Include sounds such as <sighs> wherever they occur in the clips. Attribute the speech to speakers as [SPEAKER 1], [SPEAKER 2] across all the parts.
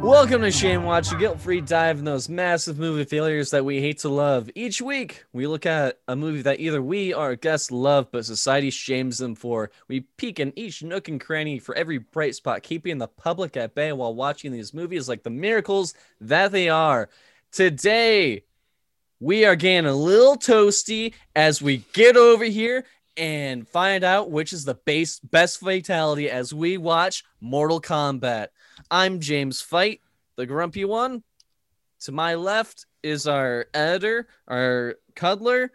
[SPEAKER 1] Welcome to Shame Watch, a guilt free dive in those massive movie failures that we hate to love. Each week, we look at a movie that either we or our guests love, but society shames them for. We peek in each nook and cranny for every bright spot, keeping the public at bay while watching these movies like the miracles that they are. Today, we are getting a little toasty as we get over here and find out which is the base, best fatality as we watch Mortal Kombat. I'm James Fight, the grumpy one. To my left is our editor, our cuddler.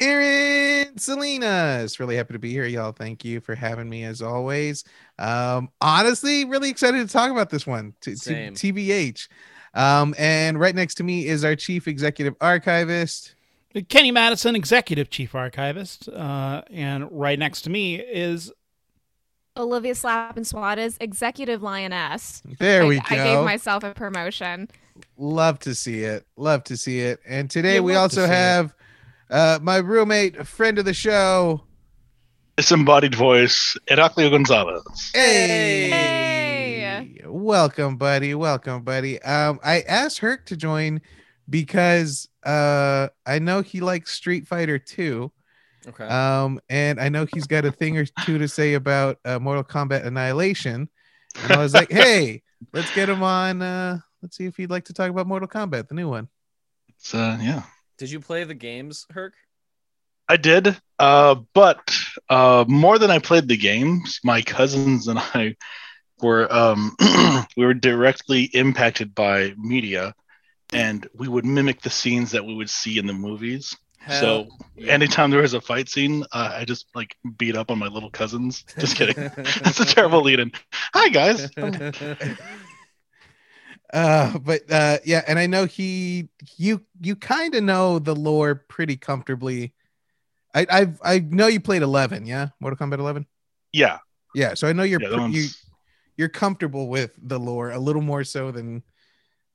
[SPEAKER 2] Erin Salinas. Really happy to be here, y'all. Thank you for having me as always. Um, honestly, really excited to talk about this one. T- t-
[SPEAKER 1] Same.
[SPEAKER 2] TBH. Um, and right next to me is our chief executive archivist.
[SPEAKER 3] Kenny Madison, executive chief archivist, uh, and right next to me is
[SPEAKER 4] Olivia Slappin Suarez, executive lioness.
[SPEAKER 2] There
[SPEAKER 4] I-
[SPEAKER 2] we go.
[SPEAKER 4] I gave myself a promotion.
[SPEAKER 2] Love to see it. Love to see it. And today
[SPEAKER 3] You
[SPEAKER 2] we
[SPEAKER 3] love to
[SPEAKER 2] also
[SPEAKER 3] see it.
[SPEAKER 2] have uh, my roommate, a friend of the show.
[SPEAKER 5] disembodied voice, Heraclio Gonzalez.
[SPEAKER 2] Hey.
[SPEAKER 4] Hey.
[SPEAKER 2] Welcome, buddy. Welcome, buddy. Um, I asked Herc to join because uh I know he likes Street Fighter 2.
[SPEAKER 1] Okay.
[SPEAKER 2] Um, and I know he's got a thing or two to say about uh, Mortal Kombat Annihilation. And I was like, hey, let's get him on. Uh, let's see if he'd like to talk about Mortal Kombat, the new one.
[SPEAKER 5] So
[SPEAKER 2] uh,
[SPEAKER 5] yeah,
[SPEAKER 1] Did you play the games, Herc?
[SPEAKER 5] I did. Uh, but uh, more than I played the games, my cousins and I were um, <clears throat> we were directly impacted by media, and we would mimic the scenes that we would see in the movies. So anytime there was a fight scene, uh, I just like beat up on my little cousins. Just
[SPEAKER 2] <laughs>
[SPEAKER 5] kidding. That's a terrible lead-in. Hi guys.
[SPEAKER 2] <laughs> Uh, but uh, yeah, and I know he, you, you kind of know the lore pretty comfortably. I, I've, I know you played 11, yeah, Mortal Kombat 11.
[SPEAKER 5] Yeah.
[SPEAKER 2] Yeah, so I know you're
[SPEAKER 5] yeah, that
[SPEAKER 2] pre- you,
[SPEAKER 5] one's-
[SPEAKER 2] you're comfortable with the lore a little more so than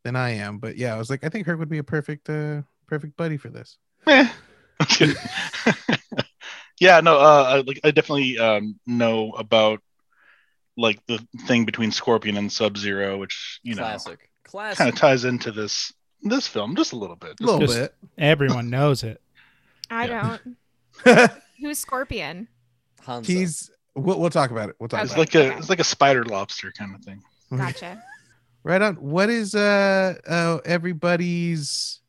[SPEAKER 2] than I am. But yeah, I was like, I think Herc would be a perfect uh perfect buddy for this.
[SPEAKER 5] Eh. I'm just kidding. <laughs> yeah, no, uh, I, like I definitely um, know about like the thing between Scorpion and Sub Zero, which you
[SPEAKER 1] classic.
[SPEAKER 5] know
[SPEAKER 1] Classic.
[SPEAKER 5] kind of ties into this this film just a little bit.
[SPEAKER 2] A little
[SPEAKER 3] Just-
[SPEAKER 2] bit.
[SPEAKER 3] everyone knows it.
[SPEAKER 4] I
[SPEAKER 5] Yeah.
[SPEAKER 4] don't. Who's Scorpion?
[SPEAKER 1] Hanzo.
[SPEAKER 2] <laughs> He's we'll, we'll talk about it. We'll talk
[SPEAKER 5] It's
[SPEAKER 4] Okay.
[SPEAKER 2] about
[SPEAKER 5] like a it's like a spider lobster kind of thing.
[SPEAKER 2] it.
[SPEAKER 4] Gotcha.
[SPEAKER 2] Right on. What is uh uh everybody's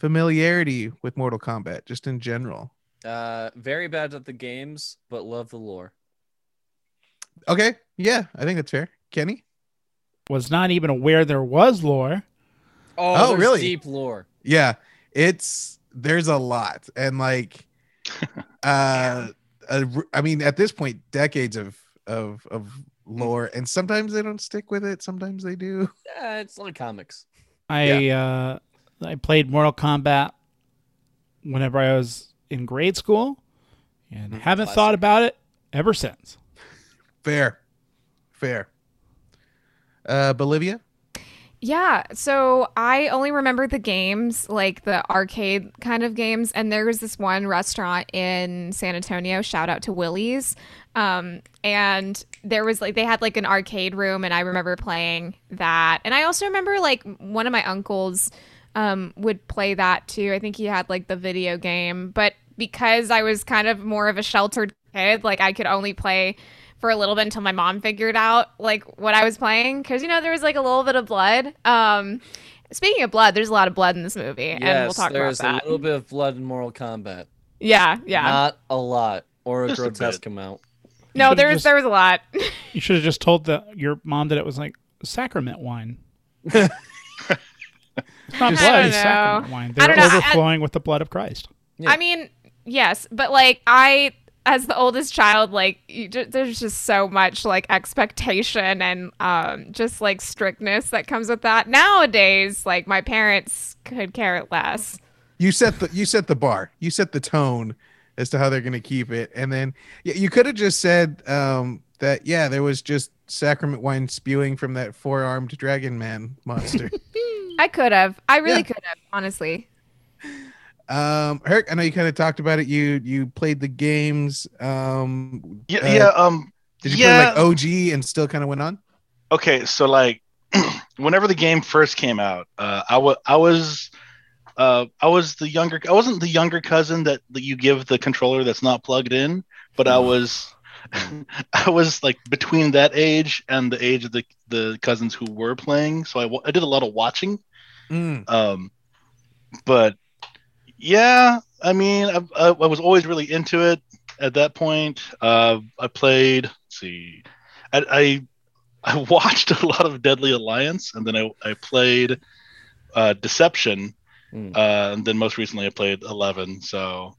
[SPEAKER 2] familiarity with Mortal Kombat just in general?
[SPEAKER 1] uh, very bad at the games, but love the lore.
[SPEAKER 2] Okay. Yeah, I think that's fair. Kenny?
[SPEAKER 3] Was not even aware there was lore.
[SPEAKER 2] Oh,
[SPEAKER 1] there's
[SPEAKER 2] really?
[SPEAKER 1] Deep lore.
[SPEAKER 2] Yeah. It's there's a lot and like uh a r- I mean at this point decades of of of lore and sometimes they don't stick with it, sometimes they do. <laughs>
[SPEAKER 1] Yeah, it's like comics.
[SPEAKER 3] I uh, I played Mortal Kombat whenever I was in grade school, and
[SPEAKER 1] Mhm,
[SPEAKER 3] haven't
[SPEAKER 1] classic.
[SPEAKER 3] thought about it ever since.
[SPEAKER 2] Fair. Fair. Uh Bolivia?
[SPEAKER 4] Yeah. So I only remember the games, like the arcade kind of games. And there was this one restaurant in San Antonio, shout out to Willie's. Um, and there was like, they had like an arcade room, and I remember playing that. And I also remember like one of my uncles um, would play that too. I think he had like the video game, but because I was kind of more of a sheltered kid, like I could only play for a little bit until my mom figured out like what I was playing because you know there was like a little bit of blood. Um, speaking of blood, there's a lot of blood in this movie, and we'll
[SPEAKER 1] yes,
[SPEAKER 4] talk about
[SPEAKER 1] there's
[SPEAKER 4] that.
[SPEAKER 1] a little Uh, bit of blood in Mortal Kombat.
[SPEAKER 4] Yeah, yeah.
[SPEAKER 1] Not a lot, or a
[SPEAKER 5] Just a bit.
[SPEAKER 1] grotesque amount. <laughs>
[SPEAKER 4] no,
[SPEAKER 3] should've
[SPEAKER 4] there was
[SPEAKER 3] just-
[SPEAKER 4] there was a lot.
[SPEAKER 3] You should have just told the your mom that it was like sacrament wine. it's not
[SPEAKER 4] Just-
[SPEAKER 3] blood,
[SPEAKER 4] I
[SPEAKER 3] it's
[SPEAKER 4] don't
[SPEAKER 3] sacrament
[SPEAKER 4] know.
[SPEAKER 3] wine.
[SPEAKER 4] I
[SPEAKER 3] They're
[SPEAKER 4] don't know. I-
[SPEAKER 3] overflowing with the blood of Christ.
[SPEAKER 1] Yeah.
[SPEAKER 4] I mean, yes, but like I, as the oldest child, like you, ju- there's just so much like expectation and um, just like strictness that comes with that. Nowadays, like my parents could care less.
[SPEAKER 2] You set the you set the bar. You set the tone as to how they're gonna keep it. And then yeah, you could have just said um that yeah, there was just sacrament wine spewing from that four armed dragon man
[SPEAKER 5] <laughs>
[SPEAKER 2] monster.
[SPEAKER 4] I could have. I really
[SPEAKER 2] Yeah.
[SPEAKER 4] could have, honestly.
[SPEAKER 2] um Herc, I know you kind of talked about it. You you played the games. Um
[SPEAKER 5] Yeah,
[SPEAKER 2] uh,
[SPEAKER 5] yeah. Um,
[SPEAKER 2] did you
[SPEAKER 5] yeah.
[SPEAKER 2] play like OG and still kind of went on?
[SPEAKER 5] okay, so like <clears throat> whenever the game first came out, uh, I was I was uh, I was the younger. I wasn't the younger cousin that, that you give the controller that's not plugged in, but I was <laughs> I was like between that age and the age of the the cousins who were playing. So I wa- I did a lot of watching.
[SPEAKER 2] Mm.
[SPEAKER 5] Um, but yeah, I mean, I, I, I was always really into it at that point. Uh, I played. Let's see, I, I <laughs> I watched a lot of Deadly Alliance, and then I I played uh, Deception,
[SPEAKER 1] Mm.
[SPEAKER 5] uh, and then most recently I played Eleven. So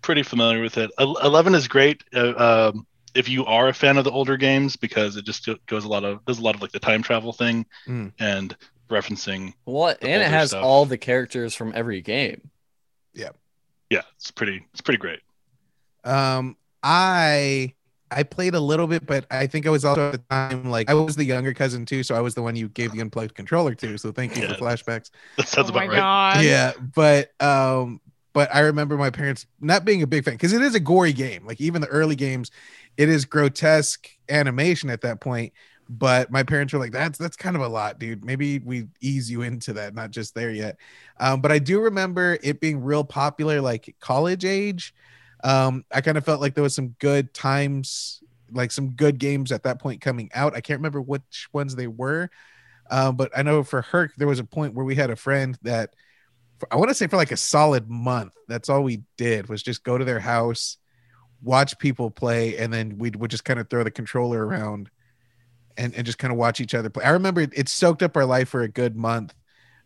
[SPEAKER 5] pretty familiar with it. El- Eleven is great. Uh, um, if you are a fan of the older games, because it just goes a lot of does a lot of like the time travel thing
[SPEAKER 2] Mm.
[SPEAKER 5] and referencing
[SPEAKER 1] Well,
[SPEAKER 5] The
[SPEAKER 1] and it
[SPEAKER 5] older
[SPEAKER 1] has
[SPEAKER 5] stuff.
[SPEAKER 1] all the characters from every game.
[SPEAKER 5] yeah, it's pretty it's pretty great.
[SPEAKER 2] Um, I I played a little bit, but I think I was also at the time like I was the younger cousin too, so I was the one you gave the unplugged controller to. So thank you
[SPEAKER 5] Yeah.
[SPEAKER 2] for flashbacks.
[SPEAKER 5] That sounds
[SPEAKER 4] oh my
[SPEAKER 5] about right.
[SPEAKER 4] god.
[SPEAKER 2] yeah, but um, but I remember my parents not being a big fan because it is a gory game. Like even the early games, it is grotesque animation at that point. But my parents were like, "That's that's kind of a lot, dude. Maybe we ease you into that, not just there yet." Um, but I do remember it being real popular, like college age. Um, I kind of felt like there was some good times, like some good games at that point coming out. I can't remember which ones they were, um, but I know for Herc there was a point where we had a friend that I want to say for like a solid month, that's all we did was just go to their house, watch people play, and then we would just kind of throw the controller around and, and just kind of watch each other play. I remember it, it soaked up our life for a good month.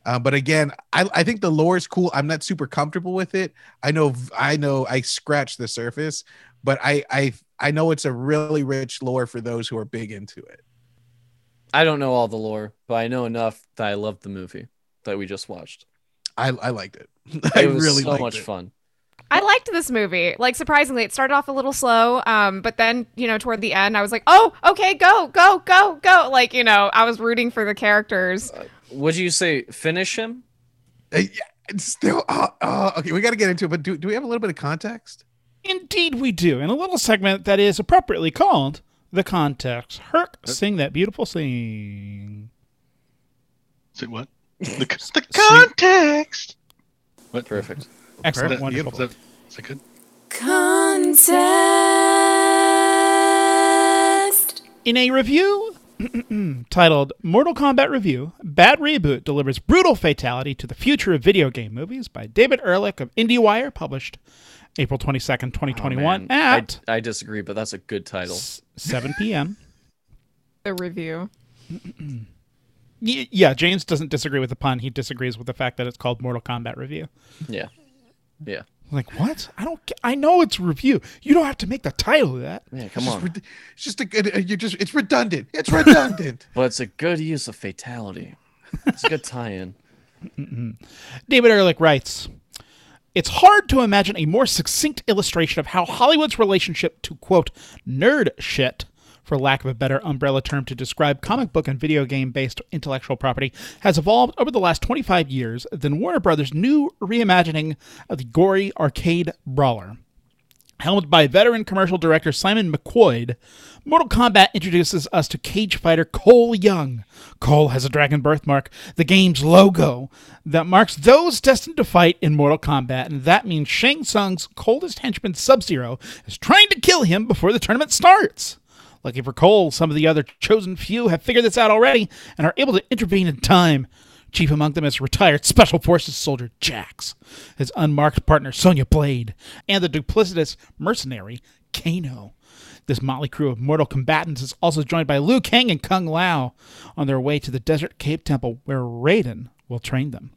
[SPEAKER 2] Uh, but again, I, I think the lore is cool. I'm not super comfortable with it. I know I know I scratched the surface, but I I I know it's a really rich lore for those who are big into it.
[SPEAKER 1] I don't know all the lore, but I know enough that I loved the movie that we just watched.
[SPEAKER 2] I I liked it. <laughs> I
[SPEAKER 1] It was
[SPEAKER 2] really
[SPEAKER 1] so
[SPEAKER 2] liked
[SPEAKER 1] much
[SPEAKER 2] it.
[SPEAKER 1] fun.
[SPEAKER 4] I liked this movie. Like surprisingly, it started off a little slow, um, but then you know toward the end, I was like, oh, okay, go, go, go, go. Like you know, I was rooting for the characters.
[SPEAKER 1] Would you say finish him?
[SPEAKER 2] Uh, yeah, it's still uh, uh, okay. We got to get into it, but do, do we have a little bit of context?
[SPEAKER 3] Indeed, we do. In a little segment that is appropriately called The Context. Herc, sing that beautiful sing.
[SPEAKER 5] Say what? The, the
[SPEAKER 3] Sing-
[SPEAKER 5] context. What?
[SPEAKER 1] Perfect.
[SPEAKER 3] Excellent,
[SPEAKER 5] Is that-
[SPEAKER 3] wonderful.
[SPEAKER 5] Is that, is that good?
[SPEAKER 6] Contest.
[SPEAKER 3] In a review <clears throat> titled Mortal Kombat Review, Bad Reboot delivers brutal fatality to the future of video game movies by David Ehrlich of IndieWire, published April 22nd, 2021,
[SPEAKER 1] Oh, man.
[SPEAKER 3] at
[SPEAKER 1] I, I disagree, but that's a good title.
[SPEAKER 3] 7
[SPEAKER 1] <laughs>
[SPEAKER 3] p.m.
[SPEAKER 4] The review.
[SPEAKER 3] Y- yeah, James doesn't disagree with the pun. He disagrees with the fact that it's called Mortal Kombat Review.
[SPEAKER 1] Yeah. Yeah.
[SPEAKER 3] Like, what? I don't. ge- I know it's review. You don't have to make the title of that.
[SPEAKER 1] Yeah, come
[SPEAKER 2] It's
[SPEAKER 1] on.
[SPEAKER 2] just red- It's just a good. uh, You're just. It's redundant. It's redundant.
[SPEAKER 1] But it's a good use of fatality. It's
[SPEAKER 2] <laughs>
[SPEAKER 1] a good tie-in.
[SPEAKER 3] David Ehrlich writes It's hard to imagine a more succinct illustration of how Hollywood's relationship to, quote, nerd shit, for lack of a better umbrella term to describe comic book and video game based intellectual property, has evolved over the last 25 years than Warner Brothers' new reimagining of the gory arcade brawler. Helmed by veteran commercial director Simon McQuoid, Mortal Kombat introduces us to cage fighter Cole Young. Cole has a dragon birthmark, the game's logo, that marks those destined to fight in Mortal Kombat, and that means Shang Tsung's coldest henchman Sub Zero is trying to kill him before the tournament starts. Lucky for Cole, some of the other chosen few have figured this out already and are able to intervene in time. Chief among them is retired <laughs> Special Forces soldier Jax, his unmarked partner Sonya Blade, and the duplicitous mercenary Kano. This motley crew of mortal combatants is also joined by Liu Kang and Kung Lao on their way to the Desert Cave Temple where Raiden will train them.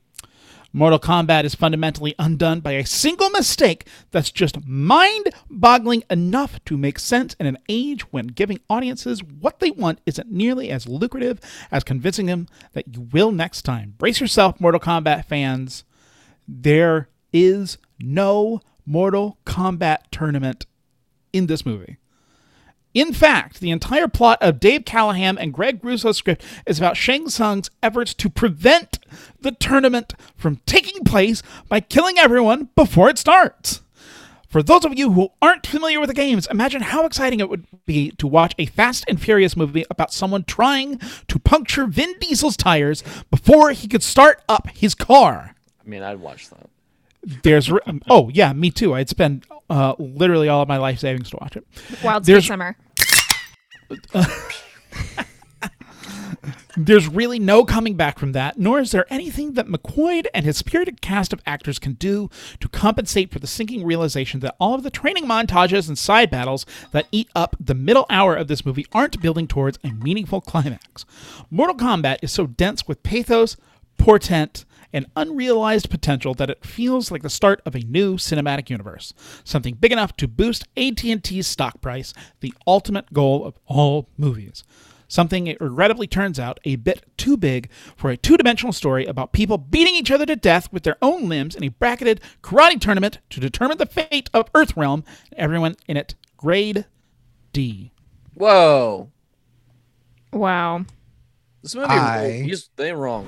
[SPEAKER 3] Mortal Kombat is fundamentally undone by a single mistake that's just mind boggling enough to make sense in an age when giving audiences what they want isn't nearly as lucrative as convincing them that you will next time. Brace yourself, Mortal Kombat fans. There is no Mortal Kombat tournament in this movie. In fact, the entire plot of Dave Callahan and Greg Russo's script is about Shang Tsung's efforts to prevent the tournament from taking place by killing everyone before it starts. For those of you who aren't familiar with the games, imagine how exciting it would be to watch a Fast and Furious movie about someone trying to puncture Vin Diesel's tires before he could start up his car.
[SPEAKER 1] I mean, I'd watch that.
[SPEAKER 3] There's re- oh yeah, me too. I'd spend uh, literally all of my life savings to watch it.
[SPEAKER 4] Wild
[SPEAKER 3] There's-
[SPEAKER 4] Speed Summer.
[SPEAKER 3] There's really no coming back from that, nor is there anything that McQuaid and his spirited cast of actors can do to compensate for the sinking realization that all of the training montages and side battles that eat up the middle hour of this movie aren't building towards a meaningful climax. Mortal Kombat is so dense with pathos, portent, and unrealized potential that it feels like the start of a new cinematic universe, something big enough to boost AT&T's stock price, the ultimate goal of all movies. Something it regrettably turns out a bit too big for a two-dimensional story about people beating each other to death with their own limbs in a bracketed karate tournament to determine the fate of Earthrealm and everyone in it. Grade D.
[SPEAKER 1] Whoa.
[SPEAKER 4] Wow.
[SPEAKER 1] This movie,
[SPEAKER 2] I-
[SPEAKER 1] he's, they
[SPEAKER 2] <laughs>
[SPEAKER 1] wrong.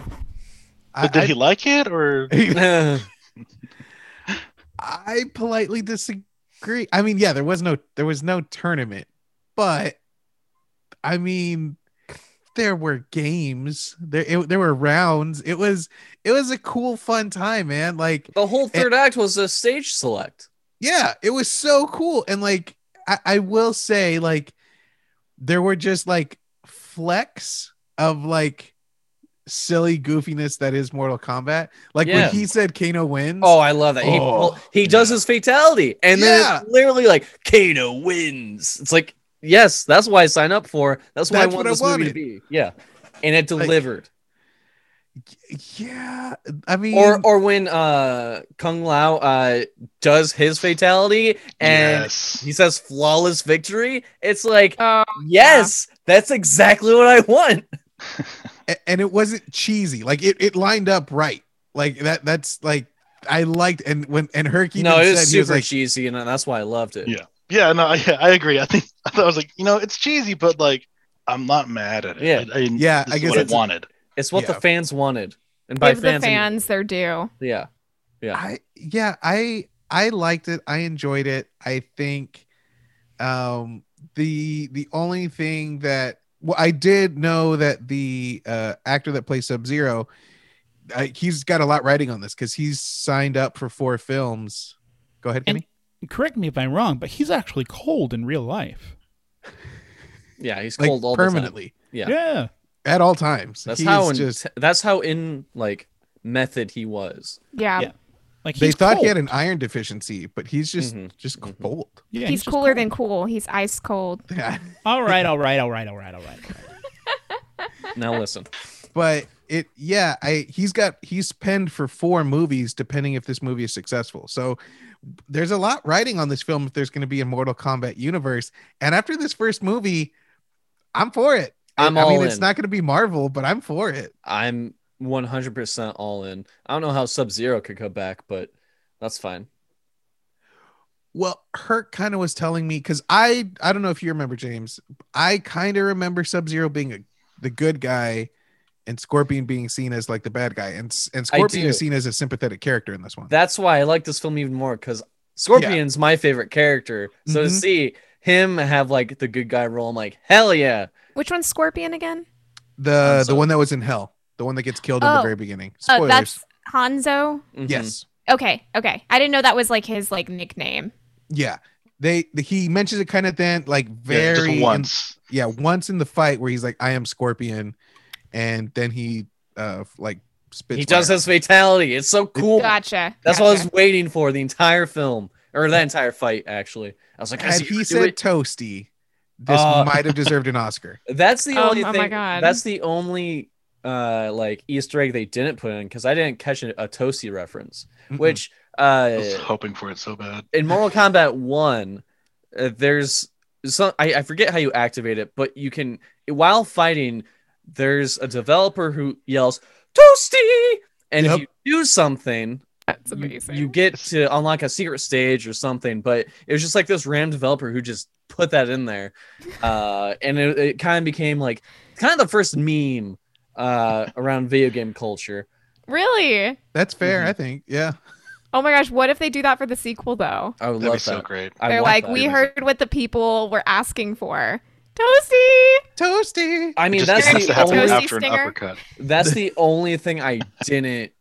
[SPEAKER 1] <laughs>
[SPEAKER 2] I,
[SPEAKER 5] <laughs> But did he like it or?
[SPEAKER 1] yeah,
[SPEAKER 2] I politely disagree. I mean, yeah, there was no there was no tournament, but I mean, there were games. There it, there were rounds. It was it was a cool, fun time, man. Like
[SPEAKER 1] the whole third act was a stage select.
[SPEAKER 2] yeah it was so cool and like I, I will say like there were just like flecks of like silly goofiness that is mortal kombat like
[SPEAKER 1] Yeah.
[SPEAKER 2] when he said kano wins
[SPEAKER 1] Oh, I love that. he,
[SPEAKER 2] Oh,
[SPEAKER 1] well, he does his fatality, and then
[SPEAKER 2] Yeah.
[SPEAKER 1] it's literally like Kano wins. It's like, yes, that's why I sign up for. That's why I
[SPEAKER 2] That's
[SPEAKER 1] want
[SPEAKER 2] what I
[SPEAKER 1] this movie to
[SPEAKER 2] wanted.
[SPEAKER 1] be. Yeah, and it delivered.
[SPEAKER 2] yeah i mean
[SPEAKER 1] or or when uh Kung Lao uh does his fatality and
[SPEAKER 5] yes.
[SPEAKER 1] he says flawless victory. It's like,
[SPEAKER 4] Oh,
[SPEAKER 1] yes, that's exactly what I want.
[SPEAKER 2] a- and it wasn't cheesy like it, it lined up right like that that's like i liked and when and herky
[SPEAKER 1] no, it
[SPEAKER 2] even
[SPEAKER 1] was
[SPEAKER 2] said he was
[SPEAKER 1] super
[SPEAKER 2] like
[SPEAKER 1] cheesy, and that's why I loved it.
[SPEAKER 5] Yeah. Yeah, no, yeah, I agree. I think I thought I was like, you know, it's cheesy, but like, I'm not mad at it.
[SPEAKER 1] Yeah.
[SPEAKER 5] I, I,
[SPEAKER 2] Yeah,
[SPEAKER 5] this
[SPEAKER 2] I
[SPEAKER 5] is
[SPEAKER 2] guess
[SPEAKER 5] what I
[SPEAKER 2] it's-
[SPEAKER 5] wanted.
[SPEAKER 1] It's what the
[SPEAKER 2] Yeah.
[SPEAKER 1] fans wanted, and by
[SPEAKER 4] Give the
[SPEAKER 1] I mean-
[SPEAKER 4] fans their due.
[SPEAKER 1] yeah,
[SPEAKER 2] I yeah, I I liked it. I enjoyed it. I think um the the only thing that well, I did know that the uh actor that plays Sub Zero, he's got a lot writing on this because he's signed up for four films. Go ahead,
[SPEAKER 3] And-
[SPEAKER 2] Kenny.
[SPEAKER 3] Correct me if I'm wrong, but he's actually cold in real life.
[SPEAKER 1] yeah, he's
[SPEAKER 2] Like
[SPEAKER 1] cold all
[SPEAKER 2] permanently
[SPEAKER 1] Yeah.
[SPEAKER 3] yeah.
[SPEAKER 2] at all times.
[SPEAKER 1] the time. That's
[SPEAKER 2] He
[SPEAKER 1] how
[SPEAKER 2] is
[SPEAKER 1] in,
[SPEAKER 2] just.
[SPEAKER 1] that's how in like method he was.
[SPEAKER 4] Yeah.
[SPEAKER 3] Yeah. Like
[SPEAKER 2] They
[SPEAKER 3] he's
[SPEAKER 2] thought
[SPEAKER 3] cold.
[SPEAKER 2] he had an iron deficiency, but he's just
[SPEAKER 1] Mhm.
[SPEAKER 2] just
[SPEAKER 1] Mhm.
[SPEAKER 2] cold. <laughs>
[SPEAKER 3] Yeah,
[SPEAKER 4] He's,
[SPEAKER 3] just
[SPEAKER 4] cooler
[SPEAKER 3] cold.
[SPEAKER 4] than cool. He's ice cold.
[SPEAKER 2] Yeah.
[SPEAKER 3] All right, all right, all right, all right, all right.
[SPEAKER 1] Now listen,
[SPEAKER 2] but it yeah i he's got he's penned for four movies depending if this movie is successful so there's a lot writing on this film if there's going to be a mortal kombat universe and after this first movie i'm for it
[SPEAKER 1] I'm
[SPEAKER 2] <laughs> i mean
[SPEAKER 1] all
[SPEAKER 2] it's
[SPEAKER 1] in.
[SPEAKER 2] not going to be marvel but i'm for it
[SPEAKER 1] I'm 100% all in. I don't know how Sub Zero could come back, but that's fine.
[SPEAKER 2] well herc kind of was telling me because i i don't know if you remember james i kind of remember sub zero being a, the good guy and scorpion being seen as like the bad guy and S- and
[SPEAKER 1] I
[SPEAKER 2] scorpion
[SPEAKER 1] do.
[SPEAKER 2] is seen as a sympathetic character in this one
[SPEAKER 1] That's why I like this film even more because Scorpion's my favorite character. So to
[SPEAKER 2] Mhm.
[SPEAKER 1] see him have like the good guy role, I'm like, hell yeah.
[SPEAKER 4] Which one's Scorpion again?
[SPEAKER 1] I'm
[SPEAKER 2] The the
[SPEAKER 1] sorry.
[SPEAKER 2] one that was in hell, the one that gets killed in
[SPEAKER 4] Oh.
[SPEAKER 2] the very beginning.
[SPEAKER 4] Oh,
[SPEAKER 2] Spoilers.
[SPEAKER 4] that's Hanzo.
[SPEAKER 1] Mhm.
[SPEAKER 2] yes,
[SPEAKER 4] Okay, okay. I didn't know that was like his like nickname.
[SPEAKER 2] yeah. They the, he mentions it kind of then like
[SPEAKER 5] Yeah,
[SPEAKER 2] very
[SPEAKER 5] just
[SPEAKER 2] in-
[SPEAKER 5] once.
[SPEAKER 2] yeah, once in the fight where he's like, "I am Scorpion," and then he uh like spits.
[SPEAKER 1] He does
[SPEAKER 2] fire.
[SPEAKER 1] his fatality. It's so cool.
[SPEAKER 4] Gotcha.
[SPEAKER 1] That's
[SPEAKER 4] gotcha.
[SPEAKER 1] what I was waiting for the entire film or the entire fight, actually. I was like, I
[SPEAKER 2] Had
[SPEAKER 1] see you
[SPEAKER 2] he
[SPEAKER 1] do
[SPEAKER 2] said
[SPEAKER 1] it.
[SPEAKER 2] "toasty," this
[SPEAKER 1] Uh.
[SPEAKER 2] might have deserved
[SPEAKER 1] <laughs>
[SPEAKER 2] an Oscar.
[SPEAKER 1] That's the
[SPEAKER 4] Um,
[SPEAKER 1] only
[SPEAKER 4] oh my
[SPEAKER 1] thing.
[SPEAKER 4] God.
[SPEAKER 1] That's the only uh like Easter egg they didn't put in because I didn't catch a, a Tosi reference,
[SPEAKER 2] Mm-mm.
[SPEAKER 1] which
[SPEAKER 5] I
[SPEAKER 1] uh
[SPEAKER 5] was hoping for it so bad.
[SPEAKER 1] in Mortal Kombat One, uh, there's some I, I forget how you activate it, but you can while fighting. There's a developer who yells "Toasty," and
[SPEAKER 2] Yep.
[SPEAKER 1] if you do something,
[SPEAKER 4] That's
[SPEAKER 1] you,
[SPEAKER 4] amazing.
[SPEAKER 1] you get to unlock a secret stage or something. But it was just like this random developer who just put that in there,
[SPEAKER 4] <laughs>
[SPEAKER 1] uh, and it, it kind of became like kind of the first meme uh, around video game culture.
[SPEAKER 4] really?
[SPEAKER 2] That's fair,
[SPEAKER 1] Mhm.
[SPEAKER 2] I think. Yeah,
[SPEAKER 4] Oh my gosh, what if they do that for the sequel though?
[SPEAKER 1] I would
[SPEAKER 5] That'd be
[SPEAKER 1] love
[SPEAKER 5] so
[SPEAKER 1] that.
[SPEAKER 5] great.
[SPEAKER 1] I
[SPEAKER 4] They're
[SPEAKER 1] want
[SPEAKER 4] like,
[SPEAKER 1] that.
[SPEAKER 4] we heard what the people were asking for. Toasty.
[SPEAKER 2] Toasty.
[SPEAKER 1] I
[SPEAKER 5] It
[SPEAKER 1] mean,
[SPEAKER 5] just
[SPEAKER 1] that's
[SPEAKER 5] has to
[SPEAKER 1] the
[SPEAKER 5] happen
[SPEAKER 1] only
[SPEAKER 4] <laughs> Toasty
[SPEAKER 5] after an
[SPEAKER 4] stinger.
[SPEAKER 5] uppercut.
[SPEAKER 1] that's the only thing I didn't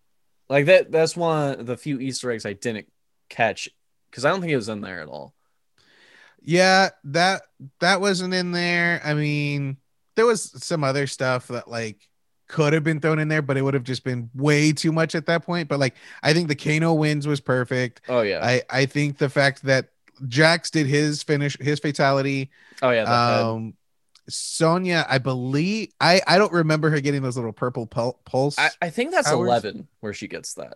[SPEAKER 1] like. That that's one of the few Easter eggs I didn't catch because I don't think it was in there at all.
[SPEAKER 2] Yeah, that that wasn't in there. I mean, there was some other stuff that like could have been thrown in there, but it would have just been way too much at that point. But like, I think the Kano wins was perfect.
[SPEAKER 1] Oh yeah,
[SPEAKER 2] I I think the fact that Jax did his finish, his fatality.
[SPEAKER 1] oh yeah, the head.
[SPEAKER 2] Um, Sonya, I believe I I don't remember her getting those little purple pul- pulse.
[SPEAKER 1] I, I think that's
[SPEAKER 2] hours?
[SPEAKER 1] eleven where she gets that.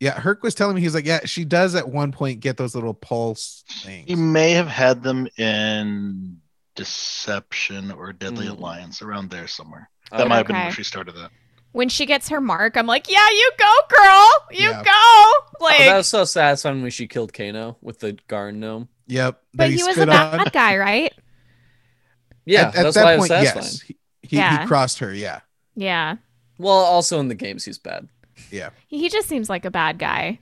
[SPEAKER 2] yeah, Herc was telling me he's like, yeah, she does at one point get those little pulse things.
[SPEAKER 5] He may have had them in Deception or Deadly
[SPEAKER 1] Mm.
[SPEAKER 5] Alliance around there somewhere. That
[SPEAKER 1] Okay.
[SPEAKER 5] might have been where
[SPEAKER 4] Okay.
[SPEAKER 5] she started that.
[SPEAKER 4] When she gets her mark, I'm like, yeah, you go, girl. You
[SPEAKER 2] Yeah.
[SPEAKER 4] go.
[SPEAKER 1] Oh,
[SPEAKER 4] Like
[SPEAKER 1] that was so satisfying when she killed Kano with the Garn gnome.
[SPEAKER 2] Yep, that
[SPEAKER 4] But he was a
[SPEAKER 2] spit
[SPEAKER 4] bad
[SPEAKER 2] on.
[SPEAKER 4] guy, right?
[SPEAKER 1] Yeah,
[SPEAKER 2] At- at,
[SPEAKER 1] that's
[SPEAKER 2] that
[SPEAKER 1] why it was
[SPEAKER 2] point,
[SPEAKER 1] satisfying.
[SPEAKER 2] yes, he, he,
[SPEAKER 4] Yeah.
[SPEAKER 2] he crossed her. Yeah,
[SPEAKER 4] Yeah.
[SPEAKER 1] Well, also in the games he's bad.
[SPEAKER 4] He just seems like a bad guy.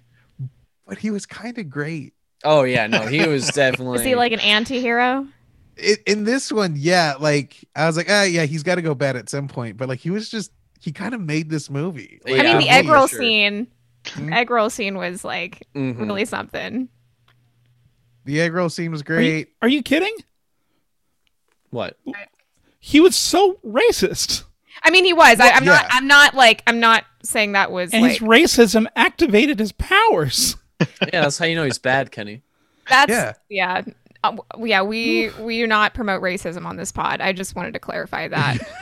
[SPEAKER 2] but he was kind of great.
[SPEAKER 1] Oh yeah, no, he
[SPEAKER 2] <laughs>
[SPEAKER 1] was definitely.
[SPEAKER 4] Is he like an anti-hero?
[SPEAKER 2] It, in this one, yeah, like I was like, ah, yeah, he's got to go bad at some point. But like, he was just he kind of made this movie.
[SPEAKER 1] Yeah,
[SPEAKER 4] I mean, the egg
[SPEAKER 1] for
[SPEAKER 2] completely.
[SPEAKER 4] roll
[SPEAKER 1] sure.
[SPEAKER 4] scene,
[SPEAKER 2] Hmm?
[SPEAKER 4] egg roll scene was like
[SPEAKER 1] Mhm.
[SPEAKER 4] really something.
[SPEAKER 2] The egg roll scene was great.
[SPEAKER 3] Are you kidding?
[SPEAKER 1] What?
[SPEAKER 3] He was so racist.
[SPEAKER 4] I mean, he was. I, I'm not.
[SPEAKER 2] yeah.
[SPEAKER 4] I'm not like. I'm not saying that was
[SPEAKER 3] And
[SPEAKER 4] like.
[SPEAKER 3] his racism activated his powers.
[SPEAKER 1] Yeah, that's how you know he's bad,
[SPEAKER 2] <laughs>
[SPEAKER 1] Kenny.
[SPEAKER 4] That's
[SPEAKER 2] Yeah.
[SPEAKER 4] yeah. Yeah. Uh, w- yeah, we we do not promote racism on this pod. I just wanted to clarify that. I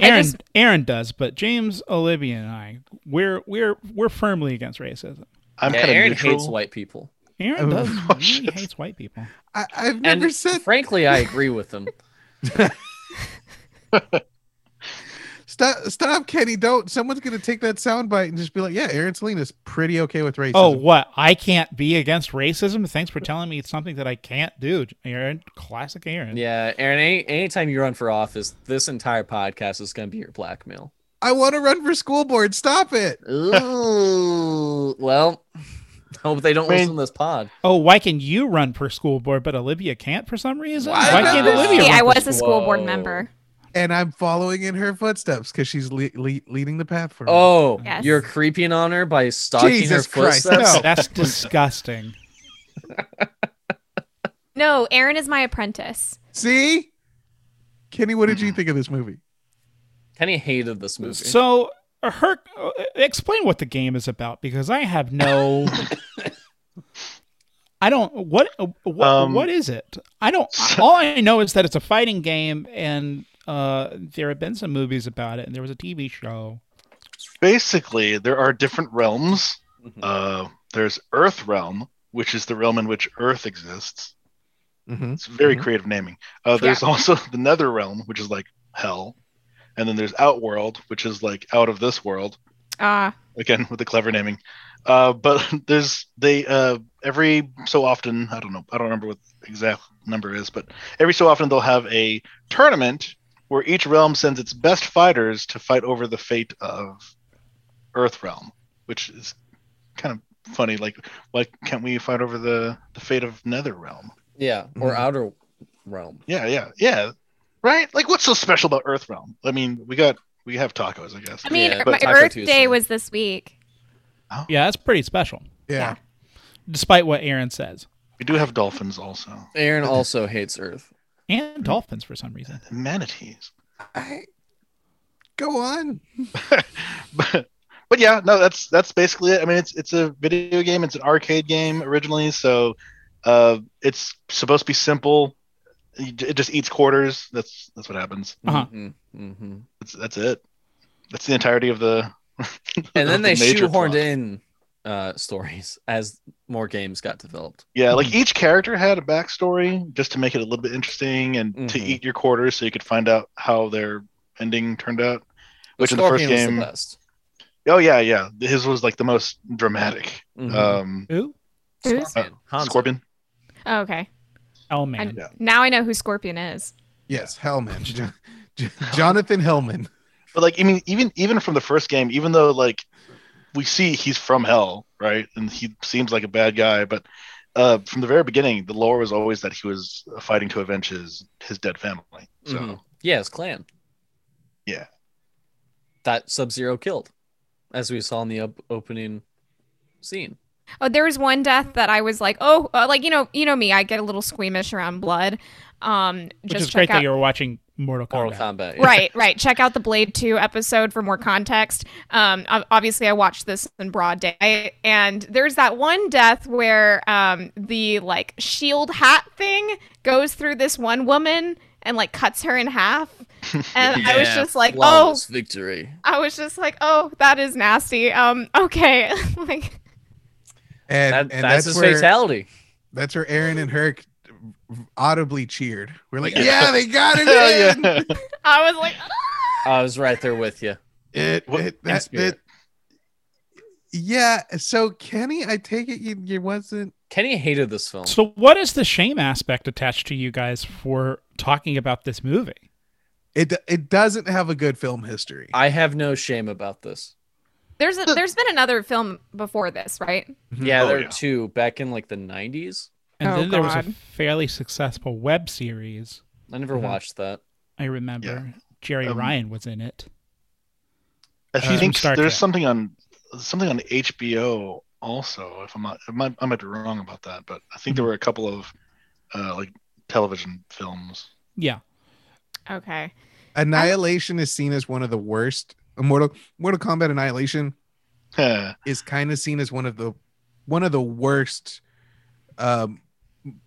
[SPEAKER 3] Aaron
[SPEAKER 4] just-
[SPEAKER 3] Aaron does, but James, Olivia, and I, we're we're we're firmly against racism.
[SPEAKER 5] I'm
[SPEAKER 1] Yeah,
[SPEAKER 5] kind of
[SPEAKER 1] Aaron
[SPEAKER 5] neutral.
[SPEAKER 1] hates white people.
[SPEAKER 3] Aaron
[SPEAKER 2] Oh,
[SPEAKER 3] does
[SPEAKER 5] gosh.
[SPEAKER 3] really hates white people.
[SPEAKER 2] I, I've
[SPEAKER 1] And
[SPEAKER 2] never said
[SPEAKER 1] frankly, I agree with
[SPEAKER 2] <laughs>
[SPEAKER 1] him.
[SPEAKER 2] stop, stop, Kenny. Don't. Someone's gonna take that sound bite and just be like, yeah, Aaron Selena's pretty okay with racism.
[SPEAKER 3] Oh, what? I can't be against racism? Thanks for telling me it's something that I can't do, Aaron. Classic Aaron.
[SPEAKER 1] Yeah, Aaron, any, anytime you run for office, this entire podcast is going to be your blackmail.
[SPEAKER 2] I want to run for school board. Stop it.
[SPEAKER 1] Ooh. well, hope they don't
[SPEAKER 5] I mean-
[SPEAKER 1] listen to this pod.
[SPEAKER 3] Oh, why can you run for school board, but Olivia can't for some reason?
[SPEAKER 1] Why
[SPEAKER 3] Why
[SPEAKER 1] not?
[SPEAKER 3] can't
[SPEAKER 1] Wow.
[SPEAKER 3] Olivia?
[SPEAKER 4] Hey, I
[SPEAKER 3] run for
[SPEAKER 4] was a school board
[SPEAKER 1] Whoa.
[SPEAKER 4] member.
[SPEAKER 2] And I'm following in her footsteps because she's le- le- leading the path for me.
[SPEAKER 1] Oh,
[SPEAKER 4] Yes.
[SPEAKER 1] you're creeping on her by stalking
[SPEAKER 2] Jesus
[SPEAKER 1] her
[SPEAKER 2] Christ,
[SPEAKER 1] footsteps?
[SPEAKER 3] school? That's disgusting.
[SPEAKER 4] No, Aaron is my apprentice.
[SPEAKER 2] See, Kenny, what did you
[SPEAKER 1] Mm-hmm.
[SPEAKER 2] think of this movie?
[SPEAKER 1] Kenny hated this movie.
[SPEAKER 3] So, uh, her, uh, explain what the game is about because I
[SPEAKER 1] <laughs>
[SPEAKER 3] have no. I don't. What? uh, What,
[SPEAKER 5] Um,
[SPEAKER 3] what is it? I don't. All I know is that it's a fighting game, and uh, there have been some movies about it, and there was a TV show.
[SPEAKER 5] Basically, there are different realms.
[SPEAKER 1] Mhm.
[SPEAKER 5] Uh, there's Earth Realm, which is the realm in which Earth exists.
[SPEAKER 2] Mm-hmm.
[SPEAKER 5] It's very
[SPEAKER 2] Mhm.
[SPEAKER 5] creative naming. Uh, there's also <laughs> the Nether Realm, which is like hell, and then there's Outworld, which is like out of this world.
[SPEAKER 4] Uh,
[SPEAKER 5] again with the clever naming. Uh, but <laughs> there's they uh, every so often I don't know I don't remember what the exact number is, but every so often they'll have a tournament where each realm sends its best fighters to fight over the fate of Earth realm, which is kind of funny. Like why can't we fight over the the fate of Nether realm?
[SPEAKER 1] yeah, or
[SPEAKER 2] Mhm.
[SPEAKER 1] Outer Realm.
[SPEAKER 5] Yeah, yeah, yeah. Right? Like what's so special about Earth realm? I mean, we got we have tacos, I guess.
[SPEAKER 4] I mean,
[SPEAKER 1] Yeah,
[SPEAKER 4] my
[SPEAKER 1] but Taco
[SPEAKER 4] Earth
[SPEAKER 1] Tuesday.
[SPEAKER 4] Day was this week.
[SPEAKER 3] Yeah, that's pretty special,
[SPEAKER 2] Yeah.
[SPEAKER 3] despite what Aaron says.
[SPEAKER 5] We do have dolphins also,
[SPEAKER 1] Aaron also hates Earth.
[SPEAKER 3] And dolphins for some reason.
[SPEAKER 5] and manatees.
[SPEAKER 2] I go on.
[SPEAKER 5] but <laughs> but yeah, no, that's that's basically it. I mean, it's it's a video game. It's an arcade game originally, so uh, it's supposed to be simple. You j- It just eats quarters. That's that's what happens.
[SPEAKER 3] Uh-huh.
[SPEAKER 1] Mhm, mhm.
[SPEAKER 5] That's that's it. That's the entirety of the. <laughs>
[SPEAKER 1] And then
[SPEAKER 5] of
[SPEAKER 1] they
[SPEAKER 5] the major
[SPEAKER 1] shoehorned
[SPEAKER 5] plot.
[SPEAKER 1] in uh, stories as more games got developed.
[SPEAKER 5] Yeah, like each character had a backstory just to make it a little bit interesting and to
[SPEAKER 1] Mhm.
[SPEAKER 5] eat your quarters so you could find out how their ending turned out.
[SPEAKER 1] The
[SPEAKER 5] Which in the first
[SPEAKER 1] Scorpion was
[SPEAKER 5] game-
[SPEAKER 1] the best.
[SPEAKER 5] Oh yeah, yeah. His was like the most dramatic.
[SPEAKER 1] Mhm.
[SPEAKER 5] Um,
[SPEAKER 3] Who?
[SPEAKER 4] Who's?
[SPEAKER 1] Scorpion. Hanzo.
[SPEAKER 5] Scorpion.
[SPEAKER 4] Oh, okay.
[SPEAKER 3] Oh
[SPEAKER 4] I-
[SPEAKER 3] man.
[SPEAKER 5] Yeah.
[SPEAKER 4] Now I know who Scorpion is.
[SPEAKER 2] Yes, Hellman. <laughs> Jo- Jo- Jonathan Hellman.
[SPEAKER 5] But like, I mean, even even from the first game, even though like we see he's from hell, right? And he seems like a bad guy, but uh, from the very beginning, the lore was always that he was fighting to avenge his his dead family. So
[SPEAKER 1] Mhm. Yeah, his clan.
[SPEAKER 5] Yeah.
[SPEAKER 1] That Sub Zero killed, as we saw in the op- opening scene.
[SPEAKER 4] Oh, there was one death that I was like, oh, uh, like you know, you know me, I get a little squeamish around blood. Um,
[SPEAKER 3] Which
[SPEAKER 4] just
[SPEAKER 3] is
[SPEAKER 4] check
[SPEAKER 3] great <laughs>
[SPEAKER 4] out
[SPEAKER 3] that you were watching Mortal Kombat.
[SPEAKER 1] Mortal Kombat. yeah.
[SPEAKER 4] <laughs> right, right. Check out the Blade 2 episode for more context. Um, ob- obviously, I watched this in broad day, and there's that one death where um, the like shield hat thing goes through this one woman and like cuts her in half. And I was
[SPEAKER 1] Yeah.
[SPEAKER 4] just like, oh,
[SPEAKER 1] Flawless victory.
[SPEAKER 4] I was just like, oh, that is nasty. Um, okay, <laughs> like
[SPEAKER 2] And,
[SPEAKER 1] That, that's,
[SPEAKER 2] and that's,
[SPEAKER 1] his
[SPEAKER 2] where
[SPEAKER 1] fatality.
[SPEAKER 2] that's where Aaron and Herc audibly cheered. We're like,
[SPEAKER 5] Yeah.
[SPEAKER 2] yeah, Oh, they got <laughs> it.
[SPEAKER 5] <laughs> Hell
[SPEAKER 2] in!"
[SPEAKER 5] yeah.
[SPEAKER 4] I was like, "Ah."
[SPEAKER 1] I was right there with you.
[SPEAKER 2] It,
[SPEAKER 5] What-
[SPEAKER 2] it-
[SPEAKER 5] in
[SPEAKER 2] that,
[SPEAKER 5] spirit.
[SPEAKER 2] that- yeah. So Kenny, I take it you, you wasn't.
[SPEAKER 1] Kenny hated this film.
[SPEAKER 3] So, what is the shame aspect attached to you guys for talking about this movie?
[SPEAKER 2] It it doesn't have a good film history.
[SPEAKER 1] I have no shame about this.
[SPEAKER 4] there's a, there's been another film before this, right?
[SPEAKER 3] Mm-hmm.
[SPEAKER 1] Yeah,
[SPEAKER 5] Oh,
[SPEAKER 1] there are
[SPEAKER 5] yeah.
[SPEAKER 1] two back in like the 90s.
[SPEAKER 3] And
[SPEAKER 4] Oh,
[SPEAKER 3] then there was a
[SPEAKER 4] God.
[SPEAKER 3] fairly successful web series.
[SPEAKER 1] I never
[SPEAKER 3] Mhm.
[SPEAKER 1] watched that.
[SPEAKER 3] I remember Jerry
[SPEAKER 5] Um,
[SPEAKER 3] Ryan was in it.
[SPEAKER 5] I
[SPEAKER 3] Uh, from
[SPEAKER 5] think
[SPEAKER 3] Star
[SPEAKER 5] there's
[SPEAKER 3] Trek.
[SPEAKER 5] something on something on HBO also. If I'm not, I might, I might be wrong about that, but I think there
[SPEAKER 3] Mm-hmm.
[SPEAKER 5] were a couple of uh, like television films. <laughs>
[SPEAKER 3] Yeah.
[SPEAKER 4] Okay.
[SPEAKER 2] Annihilation is seen as one of the worst. Mortal Mortal Kombat Annihilation
[SPEAKER 5] yeah,
[SPEAKER 2] is kind of seen as one of the one of the worst um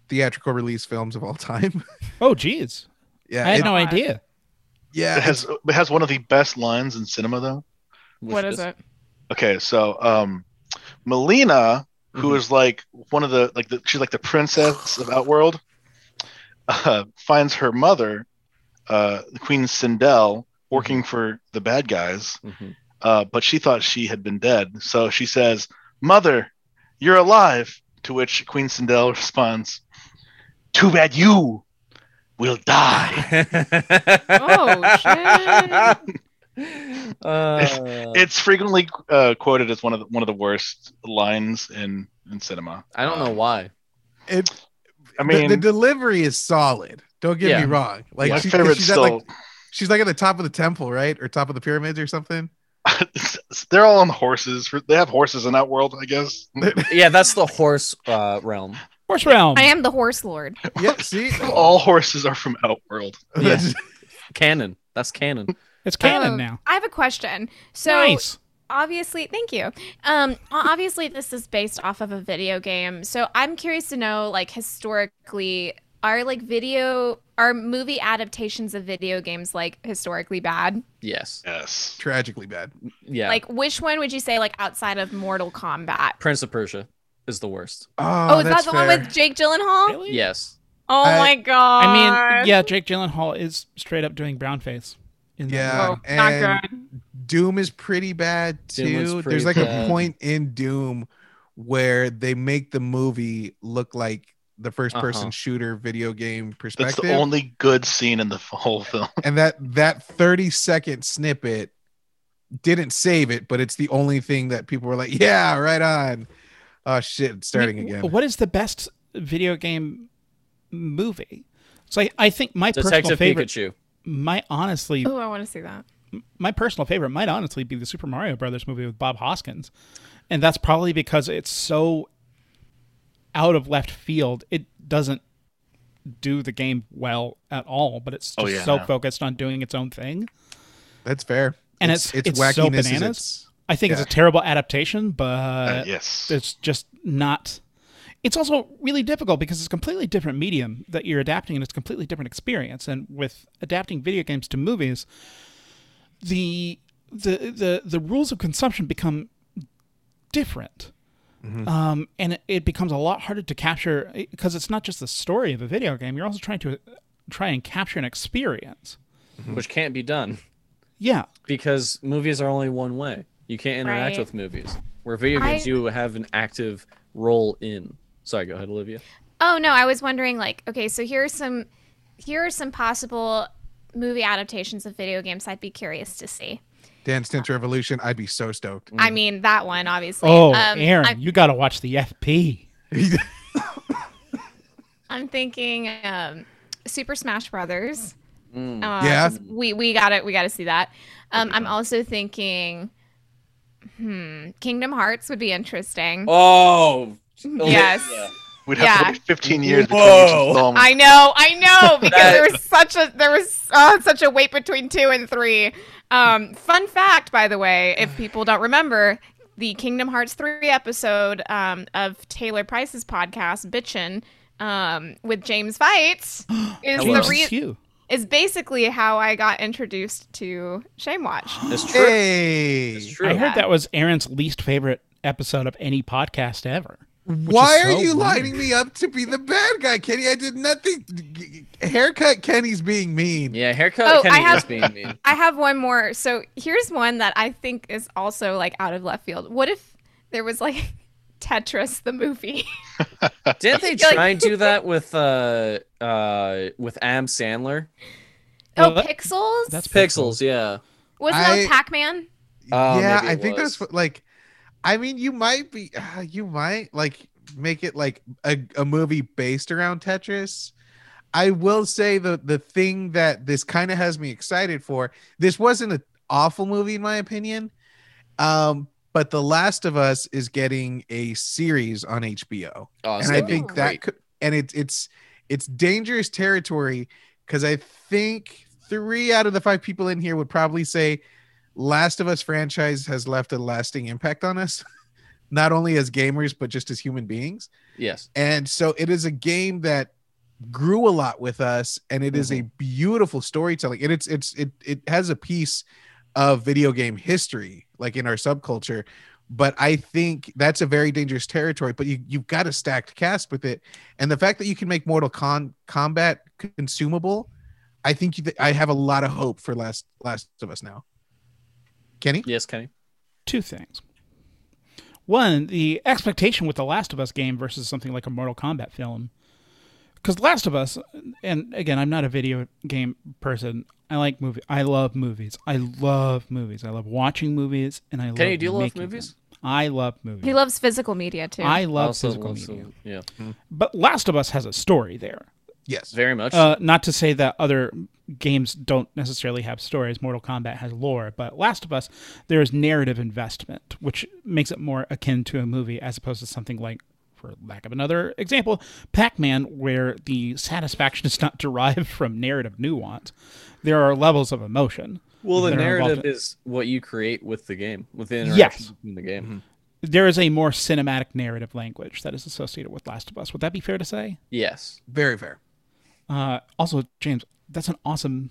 [SPEAKER 2] theatrical release films of all time. <laughs>
[SPEAKER 3] Oh, geez.
[SPEAKER 2] yeah,
[SPEAKER 3] I had
[SPEAKER 2] it-
[SPEAKER 3] no
[SPEAKER 4] Oh, God.
[SPEAKER 3] idea.
[SPEAKER 2] yeah.
[SPEAKER 5] it
[SPEAKER 2] it's-
[SPEAKER 5] has it has one of the best lines in cinema though.
[SPEAKER 1] Which
[SPEAKER 4] what is it?
[SPEAKER 5] Okay, so um, Melina, who
[SPEAKER 1] Mhm.
[SPEAKER 5] is like one of the like the she's like the princess of Outworld, uh, finds her mother, uh, Queen Sindel, working for the bad guys.
[SPEAKER 1] Mhm.
[SPEAKER 5] uh, but she thought she had been dead. So she says, "Mother, you're alive." To which Queen Sindel responds, "Too bad you will die."
[SPEAKER 1] <laughs> Mm-hmm.
[SPEAKER 3] <laughs>
[SPEAKER 4] Oh,
[SPEAKER 1] Uh,
[SPEAKER 5] It's frequently uh, quoted as one of the, one of the worst lines in in cinema.
[SPEAKER 1] I don't
[SPEAKER 3] <laughs>
[SPEAKER 1] know why.
[SPEAKER 2] it, the-
[SPEAKER 5] I mean,
[SPEAKER 2] the, delivery is solid. Don't get
[SPEAKER 1] Yeah.
[SPEAKER 2] me wrong. Like
[SPEAKER 5] my
[SPEAKER 2] she- 'cause
[SPEAKER 5] favorite's
[SPEAKER 2] she's at
[SPEAKER 5] still.
[SPEAKER 2] like she's like at the top of the temple, right, or top of the pyramids or
[SPEAKER 5] <laughs>
[SPEAKER 2] something.
[SPEAKER 5] they're all on horses. They have horses in that world, I guess.
[SPEAKER 1] Yeah, that's the horse uh, realm.
[SPEAKER 3] Horse Realm.
[SPEAKER 4] I am the horse lord.
[SPEAKER 2] Yeah, see, <laughs>
[SPEAKER 5] all horses are from Outworld.
[SPEAKER 1] Yeah. Canon. That's canon.
[SPEAKER 3] <laughs> It's canon
[SPEAKER 4] Um,
[SPEAKER 3] now.
[SPEAKER 4] I have a question. So
[SPEAKER 3] nice.
[SPEAKER 4] obviously, thank you. Um, o- obviously, this is based off of a video game. So I'm curious to know, like historically, are like video are movie adaptations of video games like historically bad?
[SPEAKER 1] Yes.
[SPEAKER 5] Yes.
[SPEAKER 2] tragically bad.
[SPEAKER 1] Yeah.
[SPEAKER 4] Like, which one would you say like outside of Mortal Kombat?
[SPEAKER 1] Prince of Persia is the worst.
[SPEAKER 2] Oh,
[SPEAKER 4] Oh, is that
[SPEAKER 2] that's
[SPEAKER 4] the one
[SPEAKER 2] fair.
[SPEAKER 4] with Jake Gyllenhaal?
[SPEAKER 3] Really?
[SPEAKER 1] Yes.
[SPEAKER 4] Oh
[SPEAKER 2] I-
[SPEAKER 4] my god!
[SPEAKER 3] I mean, yeah, Jake Gyllenhaal is straight up doing brown face. In that
[SPEAKER 2] Yeah.
[SPEAKER 3] movie.
[SPEAKER 4] Whoa, not
[SPEAKER 2] and-
[SPEAKER 4] good.
[SPEAKER 2] Doom is pretty bad
[SPEAKER 1] Doom is
[SPEAKER 2] too.
[SPEAKER 1] pretty
[SPEAKER 2] There's like
[SPEAKER 1] bad.
[SPEAKER 2] a point in Doom where they make the movie look like the first person
[SPEAKER 1] Uh-huh.
[SPEAKER 2] shooter video game
[SPEAKER 5] That's
[SPEAKER 2] perspective.
[SPEAKER 5] the only good scene in the whole film.
[SPEAKER 2] and that that 30 second snippet didn't save it, but it's the only thing that people were like, yeah, right on. Oh shit, it's starting
[SPEAKER 3] I mean,
[SPEAKER 2] again.
[SPEAKER 3] w- What is the best video game movie? So I, I think my personal
[SPEAKER 1] Detective
[SPEAKER 3] favorite
[SPEAKER 1] Pikachu.
[SPEAKER 3] might honestly
[SPEAKER 4] Oh, I want to see that.
[SPEAKER 3] my personal favorite might honestly be the Super Mario Brothers movie with Bob Hoskins, and that's probably because it's so out of left field. It doesn't do the game well at all, but it's just
[SPEAKER 5] Oh, yeah,
[SPEAKER 3] so
[SPEAKER 5] no.
[SPEAKER 3] focused on doing its own thing.
[SPEAKER 2] That's fair.
[SPEAKER 3] And it's it's, so
[SPEAKER 2] wackiness is
[SPEAKER 3] bananas.
[SPEAKER 2] its-
[SPEAKER 3] I think it's
[SPEAKER 2] yeah.
[SPEAKER 3] a terrible adaptation, but
[SPEAKER 5] Uh, <laughs> yes.
[SPEAKER 3] it's just not it's also really difficult because it's a completely different medium that you're adapting and it's a completely different experience and with adapting video games to movies the the the, the rules of consumption become different um, and it, it becomes a lot harder to capture because it's not just the story of a video game you're also trying to uh, try and capture an experience Mm-hmm.
[SPEAKER 1] which can't be done
[SPEAKER 3] yeah
[SPEAKER 1] because movies are only one way. You can't interact
[SPEAKER 4] Right.
[SPEAKER 1] with movies. Where video
[SPEAKER 4] I-
[SPEAKER 1] games, you have an active role in. Sorry, go ahead, Olivia.
[SPEAKER 4] Oh no, I was wondering like, okay, so here are some here are some possible movie adaptations of video games I'd be curious to see.
[SPEAKER 2] Dance Dance Revolution, I'd be so stoked.
[SPEAKER 4] I mean that one, obviously.
[SPEAKER 3] Mm. Oh,
[SPEAKER 4] um,
[SPEAKER 3] Aaron,
[SPEAKER 4] I'm,
[SPEAKER 3] you got to watch the FP.
[SPEAKER 4] I'm thinking um, Super Smash Brothers.
[SPEAKER 1] Mm.
[SPEAKER 4] Uh,
[SPEAKER 2] Yeah.
[SPEAKER 4] 'cause We we got it. We got to see that. Um, I'm also thinking, hmm, Kingdom Hearts would be interesting.
[SPEAKER 1] Oh.
[SPEAKER 4] Yes.
[SPEAKER 1] Olivia.
[SPEAKER 5] We'd have
[SPEAKER 4] Yeah.
[SPEAKER 5] to wait 15 years
[SPEAKER 1] Whoa.
[SPEAKER 5] between each installment.
[SPEAKER 4] I know, I know,
[SPEAKER 3] <laughs>
[SPEAKER 4] because
[SPEAKER 1] That-
[SPEAKER 4] there was such a there was uh, such a wait between two and three. Um, fun fact, by the way, if people don't remember, the Kingdom Hearts three episode um, of Taylor Price's podcast Bitchin' um, with
[SPEAKER 3] <gasps>
[SPEAKER 4] James Fights is
[SPEAKER 1] Hello.
[SPEAKER 4] the
[SPEAKER 3] James
[SPEAKER 4] re-
[SPEAKER 3] Q.
[SPEAKER 4] is basically how I got introduced to Shame Watch.
[SPEAKER 1] It's true.
[SPEAKER 2] Hey,
[SPEAKER 1] It's
[SPEAKER 3] I
[SPEAKER 1] true.
[SPEAKER 3] heard that was Aaron's least favorite episode of any podcast ever.
[SPEAKER 2] why
[SPEAKER 3] is
[SPEAKER 2] are
[SPEAKER 3] so
[SPEAKER 2] you
[SPEAKER 3] weird.
[SPEAKER 2] lining me up to be the bad guy, Kenny? I did nothing. Haircut Kenny's being mean.
[SPEAKER 1] Yeah, haircut
[SPEAKER 4] Oh,
[SPEAKER 1] Kenny
[SPEAKER 4] I have-
[SPEAKER 1] is being mean.
[SPEAKER 4] <laughs> I have one more. So here's one that I think is also like out of left field. What if there was like <laughs> Tetris the movie?
[SPEAKER 1] Didn't they
[SPEAKER 4] You're like-
[SPEAKER 1] try and
[SPEAKER 4] <laughs>
[SPEAKER 1] do that with uh uh with Am Sandler?
[SPEAKER 3] Well,
[SPEAKER 4] oh,
[SPEAKER 3] that-
[SPEAKER 4] Pixels?
[SPEAKER 3] that's
[SPEAKER 1] Pixels, yeah.
[SPEAKER 4] Wasn't that
[SPEAKER 2] I-
[SPEAKER 4] Pac Man?
[SPEAKER 1] Oh,
[SPEAKER 2] yeah,
[SPEAKER 1] maybe
[SPEAKER 2] I
[SPEAKER 1] it
[SPEAKER 2] think that's
[SPEAKER 1] was.
[SPEAKER 2] what, like, I mean, you might be, uh, you might like make it like a, a movie based around Tetris. I will say the the thing that this kind of has me excited for. This wasn't an awful movie in my opinion, um, but The Last of Us is getting a series on HBO
[SPEAKER 1] Oh, it's
[SPEAKER 2] and I
[SPEAKER 1] gonna be
[SPEAKER 2] think
[SPEAKER 1] great.
[SPEAKER 2] that could, and it's it's it's dangerous territory because I think three out of the five people in here would probably say Last of Us franchise has left a lasting impact on us, <laughs> not only as gamers but just as human beings.
[SPEAKER 1] yes.
[SPEAKER 2] And so it is a game that grew a lot with us and it is a beautiful storytelling. And it's it's it it has a piece of video game history like in our subculture, but I think that's a very dangerous territory, but you you've got a stacked cast with it. And the fact that you can make Mortal Con- Kombat consumable, I think you, I have a lot of hope for Last Last of Us now. Kenny?
[SPEAKER 1] Yes, Kenny.
[SPEAKER 3] two things. One, the expectation with the Last of Us game versus something like a Mortal Kombat film. Because Last of Us, and again, I'm not a video game person. I like movie. I love movies. I love movies. I love watching movies, and I love.
[SPEAKER 1] Kenny, do you love
[SPEAKER 3] making
[SPEAKER 1] movies?
[SPEAKER 3] them. I love movies.
[SPEAKER 4] He loves physical media too.
[SPEAKER 3] I love
[SPEAKER 1] Also
[SPEAKER 3] physical
[SPEAKER 1] loves
[SPEAKER 3] media.
[SPEAKER 1] to- Yeah.
[SPEAKER 3] But Last of Us has a story there.
[SPEAKER 2] Yes.
[SPEAKER 1] Very much.
[SPEAKER 3] Uh, not to say that other games don't necessarily have stories. Mortal Kombat has lore, but Last of Us, there is narrative investment, which makes it more akin to a movie as opposed to something like, for lack of another example, Pac Man, where the satisfaction is not <laughs> derived from narrative nuance. There are levels of emotion.
[SPEAKER 1] well, the
[SPEAKER 3] that are involved
[SPEAKER 1] narrative
[SPEAKER 3] in-
[SPEAKER 1] is what you create with the game, with the
[SPEAKER 3] Yes.
[SPEAKER 1] interaction in the game.
[SPEAKER 3] There is a more cinematic narrative language that is associated with Last of Us. Would that be fair to say?
[SPEAKER 1] Yes.
[SPEAKER 2] Very fair.
[SPEAKER 3] Uh, also, James, that's an awesome.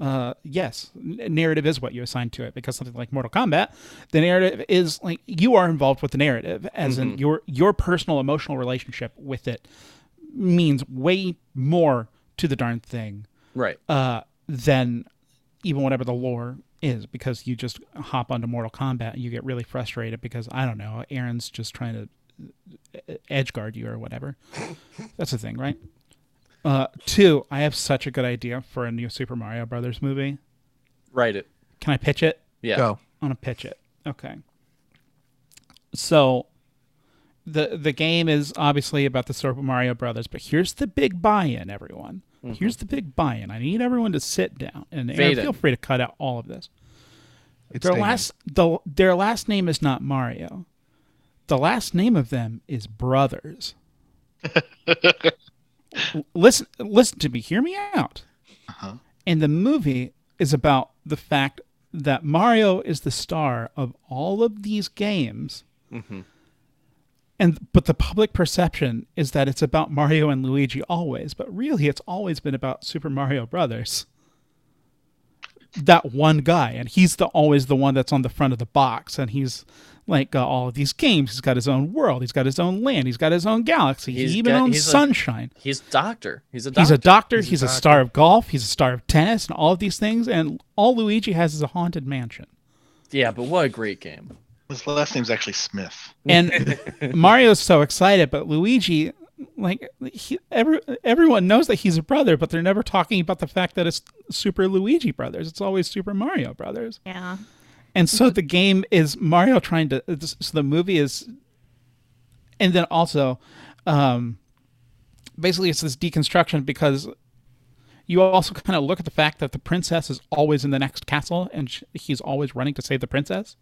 [SPEAKER 3] Uh, yes, N- narrative is what you assign to it because something like Mortal Kombat, the narrative is like you are involved with the narrative, as in your your personal emotional relationship with it means way more to the darn thing
[SPEAKER 1] Right.
[SPEAKER 3] uh, than even whatever the lore is because you just hop onto Mortal Kombat and you get really frustrated because I don't know Aaron's just trying to uh, edge guard you or whatever. <laughs> That's the thing, right? Uh, two, I have such a good idea for a new Super Mario Brothers movie.
[SPEAKER 1] Write it.
[SPEAKER 3] Can I pitch it?
[SPEAKER 1] Yeah.
[SPEAKER 2] Go.
[SPEAKER 3] I'm gonna pitch it. Okay. So the the game is obviously about the Super Mario Brothers, but here's the big buy-in, everyone. Here's the big buy-in. I need everyone to sit down and Aaron,
[SPEAKER 1] Mm-hmm. Fade it.
[SPEAKER 3] feel free to cut out all of this.
[SPEAKER 2] It's
[SPEAKER 3] Their
[SPEAKER 2] staying.
[SPEAKER 3] last the their last name is not Mario. The last name of them is Brothers. L- listen listen to me, hear me out. And the movie is about the fact that Mario is the star of all of these games. And but the public perception is that it's about Mario and Luigi always, but really it's always been about Super Mario Brothers. That one guy, and he's the always the one that's on the front of the box, and he's like got all of these games. He's got his own world, he's got his own land, he's got his own galaxy.
[SPEAKER 1] He's
[SPEAKER 3] he even
[SPEAKER 1] got-
[SPEAKER 3] owns
[SPEAKER 1] he's a-
[SPEAKER 3] Sunshine.
[SPEAKER 1] He's a doctor. He's a doctor.
[SPEAKER 3] He's a doctor. He's, a,
[SPEAKER 2] doctor.
[SPEAKER 3] star of golf. He's a star of tennis, and all of these things. And all Luigi has is a haunted mansion.
[SPEAKER 1] yeah, but what a great game.
[SPEAKER 5] His last name's actually Smith.
[SPEAKER 3] And Mario's so excited, but Luigi like he, every, everyone knows that he's a brother, but they're never talking about the fact that it's Super Luigi Brothers. It's always Super Mario Brothers.
[SPEAKER 4] Yeah.
[SPEAKER 3] And so the game is Mario trying to. it's- So the movie is, and then also, um, basically it's this deconstruction because you also kind of look at the fact that the princess is always in the next castle and sh he's always running to save the princess.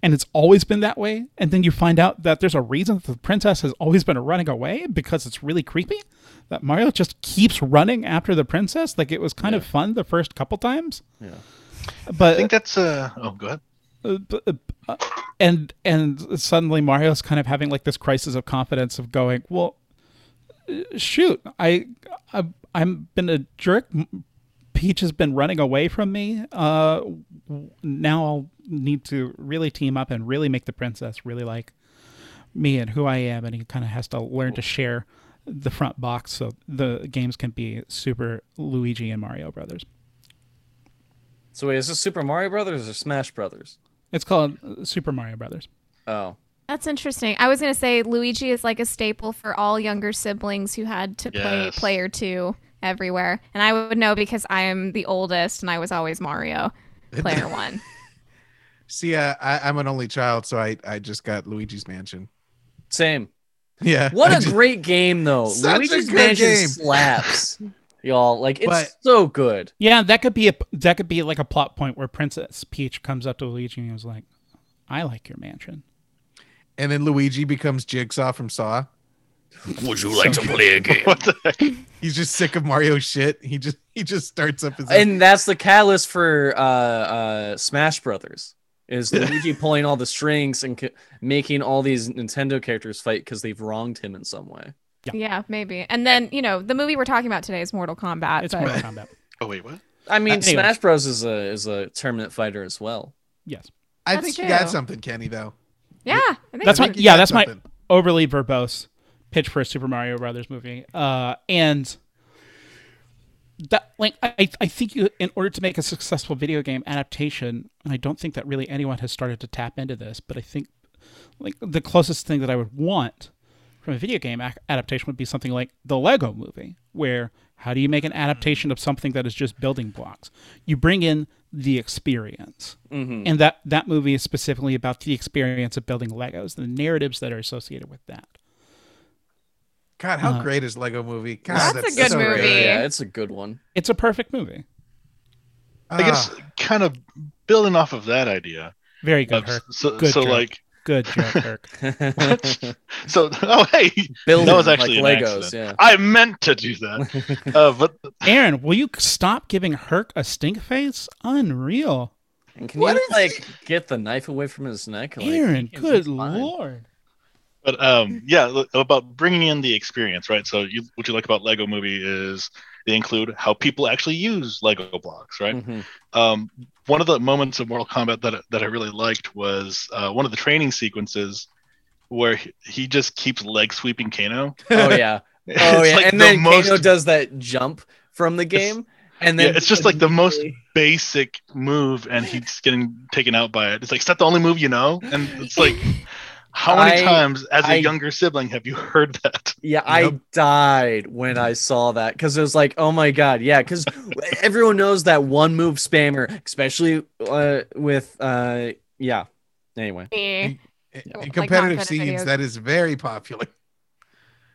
[SPEAKER 3] And it's always been that way. And then you find out that there's a reason that the princess has always been running away because it's really creepy that Mario just keeps running after the princess. Like it was kind of fun the first couple times. Yeah. But
[SPEAKER 5] I think that's uh oh go ahead. <laughs>
[SPEAKER 3] uh, b- uh, uh, and and suddenly Mario's kind of having like this crisis of confidence of going, well, uh, shoot, I, I I'm been a jerk. M- Peach has been running away from me. Uh, w- now I'll need to really team up and really make the princess really like me and who I am. And he kind of has to learn to share the front box so the games can be super Luigi and Mario brothers.
[SPEAKER 1] So wait, is this Super Mario Brothers or Smash Brothers?
[SPEAKER 3] It's called uh, Super Mario Brothers.
[SPEAKER 1] Oh,
[SPEAKER 4] That's interesting. I was gonna say Luigi is like a staple for all younger siblings who had to play
[SPEAKER 5] Yes.
[SPEAKER 4] player two everywhere, and I would know because I am the oldest, and I was always Mario, player one.
[SPEAKER 2] See, uh, I, I'm an only child, so I, I just got Luigi's Mansion. <laughs>
[SPEAKER 1] same.
[SPEAKER 2] Yeah.
[SPEAKER 1] What
[SPEAKER 2] I
[SPEAKER 1] a
[SPEAKER 2] <laughs> just-
[SPEAKER 1] great game though.
[SPEAKER 2] Such a
[SPEAKER 1] Luigi's
[SPEAKER 2] good
[SPEAKER 1] Mansion
[SPEAKER 2] game.
[SPEAKER 1] slaps, y'all. Like it's
[SPEAKER 2] But-
[SPEAKER 1] so good.
[SPEAKER 3] Yeah, that could be a that could be like a plot point where Princess Peach comes up to Luigi and was like, "I like your mansion."
[SPEAKER 2] And then Luigi becomes Jigsaw from Saw.
[SPEAKER 6] Would you like to play a game?
[SPEAKER 5] What the heck?
[SPEAKER 2] He's just sick of Mario shit. He just he just starts up his
[SPEAKER 1] And that's the catalyst for uh, uh, Smash Brothers.
[SPEAKER 2] <laughs>
[SPEAKER 1] Is Luigi pulling all the strings and c- making all these Nintendo characters fight because they've wronged him in some way?
[SPEAKER 3] Yeah.
[SPEAKER 4] yeah, maybe. And then you know the movie we're talking about today is Mortal Kombat.
[SPEAKER 3] It's
[SPEAKER 4] but-
[SPEAKER 3] Mortal Kombat.
[SPEAKER 5] Oh wait, what?
[SPEAKER 1] I mean,
[SPEAKER 3] Uh, anyway.
[SPEAKER 1] Smash Bros is a is a tournament fighter as well.
[SPEAKER 3] Yes,
[SPEAKER 2] I
[SPEAKER 4] That's
[SPEAKER 2] think you
[SPEAKER 4] true.
[SPEAKER 2] got something, Kenny, though.
[SPEAKER 4] yeah, I think
[SPEAKER 3] that's
[SPEAKER 4] so.
[SPEAKER 3] my
[SPEAKER 2] think you
[SPEAKER 3] yeah,
[SPEAKER 2] got
[SPEAKER 3] that's my
[SPEAKER 2] something.
[SPEAKER 3] overly verbose pitch for a Super Mario Brothers movie. Uh, and that like I I think you in order to make a successful video game adaptation, and I don't think that really anyone has started to tap into this, but I think like the closest thing that I would want from a video game ac- adaptation would be something like the Lego movie, where how do you make an adaptation of something that is just building blocks? You bring in the experience. And that, that movie is specifically about the experience of building Legos, the narratives that are associated with that.
[SPEAKER 1] Uh,
[SPEAKER 2] God, how great is Lego Movie? God,
[SPEAKER 4] That's a good
[SPEAKER 2] so
[SPEAKER 4] movie.
[SPEAKER 1] Yeah,
[SPEAKER 2] Good.
[SPEAKER 1] yeah, it's a good
[SPEAKER 2] <laughs>
[SPEAKER 1] one. <laughs>
[SPEAKER 3] It's a perfect movie.
[SPEAKER 5] I guess
[SPEAKER 2] Ah,
[SPEAKER 5] kind of building off of that idea.
[SPEAKER 3] Very good,
[SPEAKER 5] of
[SPEAKER 3] Herc.
[SPEAKER 5] so
[SPEAKER 3] Good
[SPEAKER 5] so
[SPEAKER 3] joke.
[SPEAKER 5] like <laughs>
[SPEAKER 3] Good joke,
[SPEAKER 1] <laughs>
[SPEAKER 3] Herc.
[SPEAKER 5] so oh hey
[SPEAKER 1] Building
[SPEAKER 5] that was
[SPEAKER 1] like
[SPEAKER 5] actually an
[SPEAKER 1] Legos,
[SPEAKER 5] accident.
[SPEAKER 1] yeah.
[SPEAKER 5] I meant to do that. uh, but
[SPEAKER 3] Aaron, will you stop giving Herc a stink face? Unreal.
[SPEAKER 1] And can you like get the knife away from his neck? Like,
[SPEAKER 3] Aaron,
[SPEAKER 1] he's
[SPEAKER 3] good
[SPEAKER 1] fine.
[SPEAKER 3] lord.
[SPEAKER 5] but um yeah look, about bringing in the experience right so you, what you like about lego movie is they include how people actually use lego blocks right
[SPEAKER 1] Mhm.
[SPEAKER 5] um, one of the moments of mortal kombat that, I- that i really liked was uh, one of the training sequences where he, he just keeps leg sweeping kano
[SPEAKER 1] <laughs> Oh
[SPEAKER 5] <laughs>
[SPEAKER 1] yeah.
[SPEAKER 5] It's
[SPEAKER 1] Oh yeah.
[SPEAKER 5] like
[SPEAKER 1] and
[SPEAKER 5] the
[SPEAKER 1] then
[SPEAKER 5] most-
[SPEAKER 1] Kano does that jump from the game, and then
[SPEAKER 5] yeah, it's just like the most basic move and he's getting taken out by it it's like is that the only move you know and it's like how many
[SPEAKER 1] I-
[SPEAKER 5] times as a
[SPEAKER 1] I-
[SPEAKER 5] younger sibling have you heard that
[SPEAKER 1] Yeah, I
[SPEAKER 2] Yep.
[SPEAKER 1] died when I saw that because it was like, oh my god, yeah, because everyone knows that one move spammer, especially uh, with uh, yeah. Anyway,
[SPEAKER 4] Me.
[SPEAKER 2] in-
[SPEAKER 4] Like
[SPEAKER 2] in competitive
[SPEAKER 4] non-competitive
[SPEAKER 2] scenes,
[SPEAKER 4] videos.
[SPEAKER 2] that is very popular.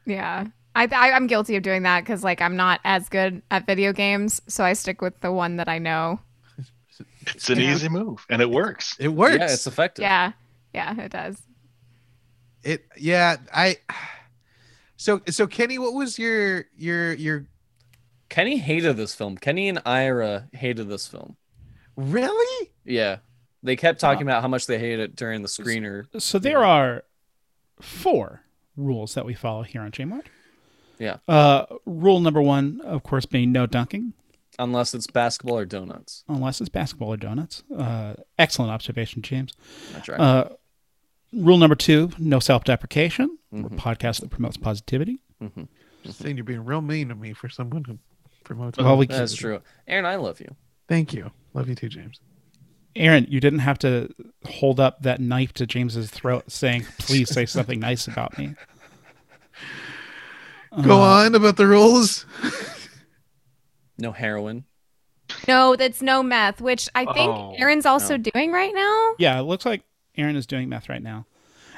[SPEAKER 4] Yeah. I, I, I'm guilty of doing that because, like, I'm not as good at video games, so I stick with the one that I know.
[SPEAKER 5] it's an
[SPEAKER 4] Yeah.
[SPEAKER 5] easy move and it works
[SPEAKER 2] It works.
[SPEAKER 1] yeah, it's effective.
[SPEAKER 4] Yeah. Yeah, it does.
[SPEAKER 2] it yeah i so so kenny what was your your your
[SPEAKER 1] Kenny hated this film. Kenny and Ira hated this film.
[SPEAKER 2] really
[SPEAKER 1] Yeah, they kept talking about how much they hated it during the screener.
[SPEAKER 3] So there are four rules that we follow here on Jamart.
[SPEAKER 1] Yeah.
[SPEAKER 3] Uh, rule number one, of course, being no dunking,
[SPEAKER 1] Unless it's basketball or donuts.
[SPEAKER 3] unless it's basketball or donuts. Uh, excellent observation, James.
[SPEAKER 1] That's right.
[SPEAKER 3] Uh, rule number two, no self deprecation. We're a
[SPEAKER 1] Mm-hmm.
[SPEAKER 3] podcast that promotes positivity.
[SPEAKER 2] just saying you're being real mean to me for someone who promotes
[SPEAKER 3] Well, we-
[SPEAKER 1] Oh,
[SPEAKER 3] <laughs>
[SPEAKER 1] That's true. Aaron, I love you.
[SPEAKER 2] thank you love you too james
[SPEAKER 3] Aaron, you didn't have to hold up that knife to James's throat saying, please say something nice about me.
[SPEAKER 2] Go
[SPEAKER 3] Uh,
[SPEAKER 2] on about the rules.
[SPEAKER 1] No heroin.
[SPEAKER 4] No, that's no meth, which I think
[SPEAKER 5] Oh,
[SPEAKER 4] Aaron's also doing right now.
[SPEAKER 3] Yeah, it looks like Aaron is doing meth right now.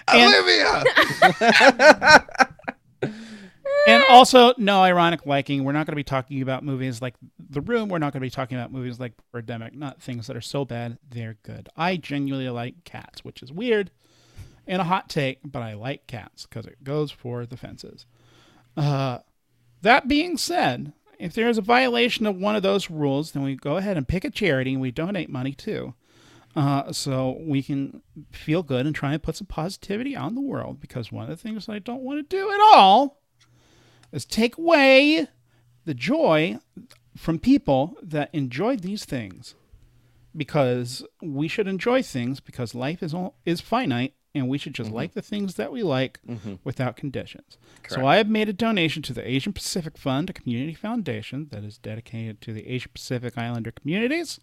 [SPEAKER 3] And-
[SPEAKER 2] Olivia.
[SPEAKER 3] And also, no ironic liking. We're not going to be talking about movies like The Room. We're not going to be talking about movies like Birdemic. Not things that are so bad they're good. I genuinely like cats, which is weird and a hot take, but I like cats because it goes for the fences. Uh, that being said, if there is a violation of one of those rules, then we go ahead and pick a charity and we donate money too. Uh, so we can feel good and try and put some positivity on the world because one of the things I don't want to do at all is take away the joy from people that enjoy these things because we should enjoy things because life is all, is finite and we should just like the things that we like without conditions. So I have made a donation to the Asian Pacific Fund, a community foundation that is dedicated to the Asian Pacific Islander communities.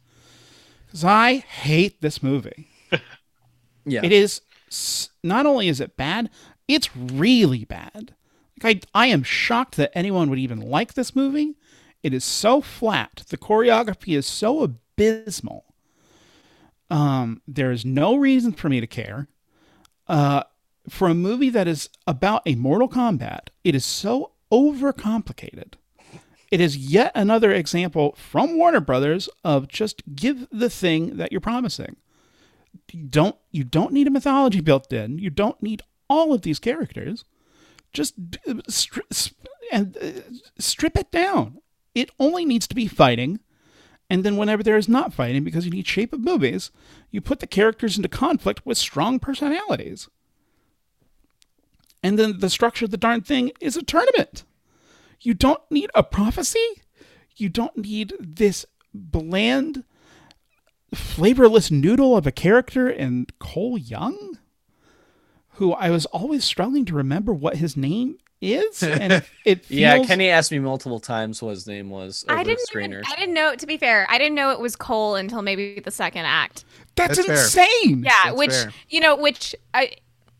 [SPEAKER 3] Cuz I hate this movie.
[SPEAKER 1] Yeah.
[SPEAKER 3] It is s- not only is it bad, it's really bad. Like I, I am shocked that anyone would even like this movie. It is so flat. The choreography is so abysmal. Um, there is no reason for me to care. Uh, for a movie that is about a Mortal Kombat, it is so overcomplicated. It is yet another example from Warner Brothers of just give the thing that you're promising you don't you don't need a mythology built in. You don't need all of these characters. Just d- stri- sp- and uh, strip it down. It only needs to be fighting, and then whenever there is not fighting, because you need shape of movies, you put the characters into conflict with strong personalities. And then the structure of the darn thing is a tournament. You don't need a prophecy. You don't need this bland flavorless noodle of a character in Cole Young, who I was always struggling to remember what his name is, and it, it feels
[SPEAKER 1] Yeah, Kenny asked me multiple times what his name was over
[SPEAKER 4] I didn't.
[SPEAKER 1] the
[SPEAKER 4] Even,
[SPEAKER 1] screener.
[SPEAKER 4] I didn't know. To be fair, I didn't know it was Cole until maybe the second act.
[SPEAKER 3] that's,
[SPEAKER 2] That's fair.
[SPEAKER 3] insane.
[SPEAKER 4] Yeah,
[SPEAKER 2] That's
[SPEAKER 4] which
[SPEAKER 2] fair.
[SPEAKER 4] you know, which I.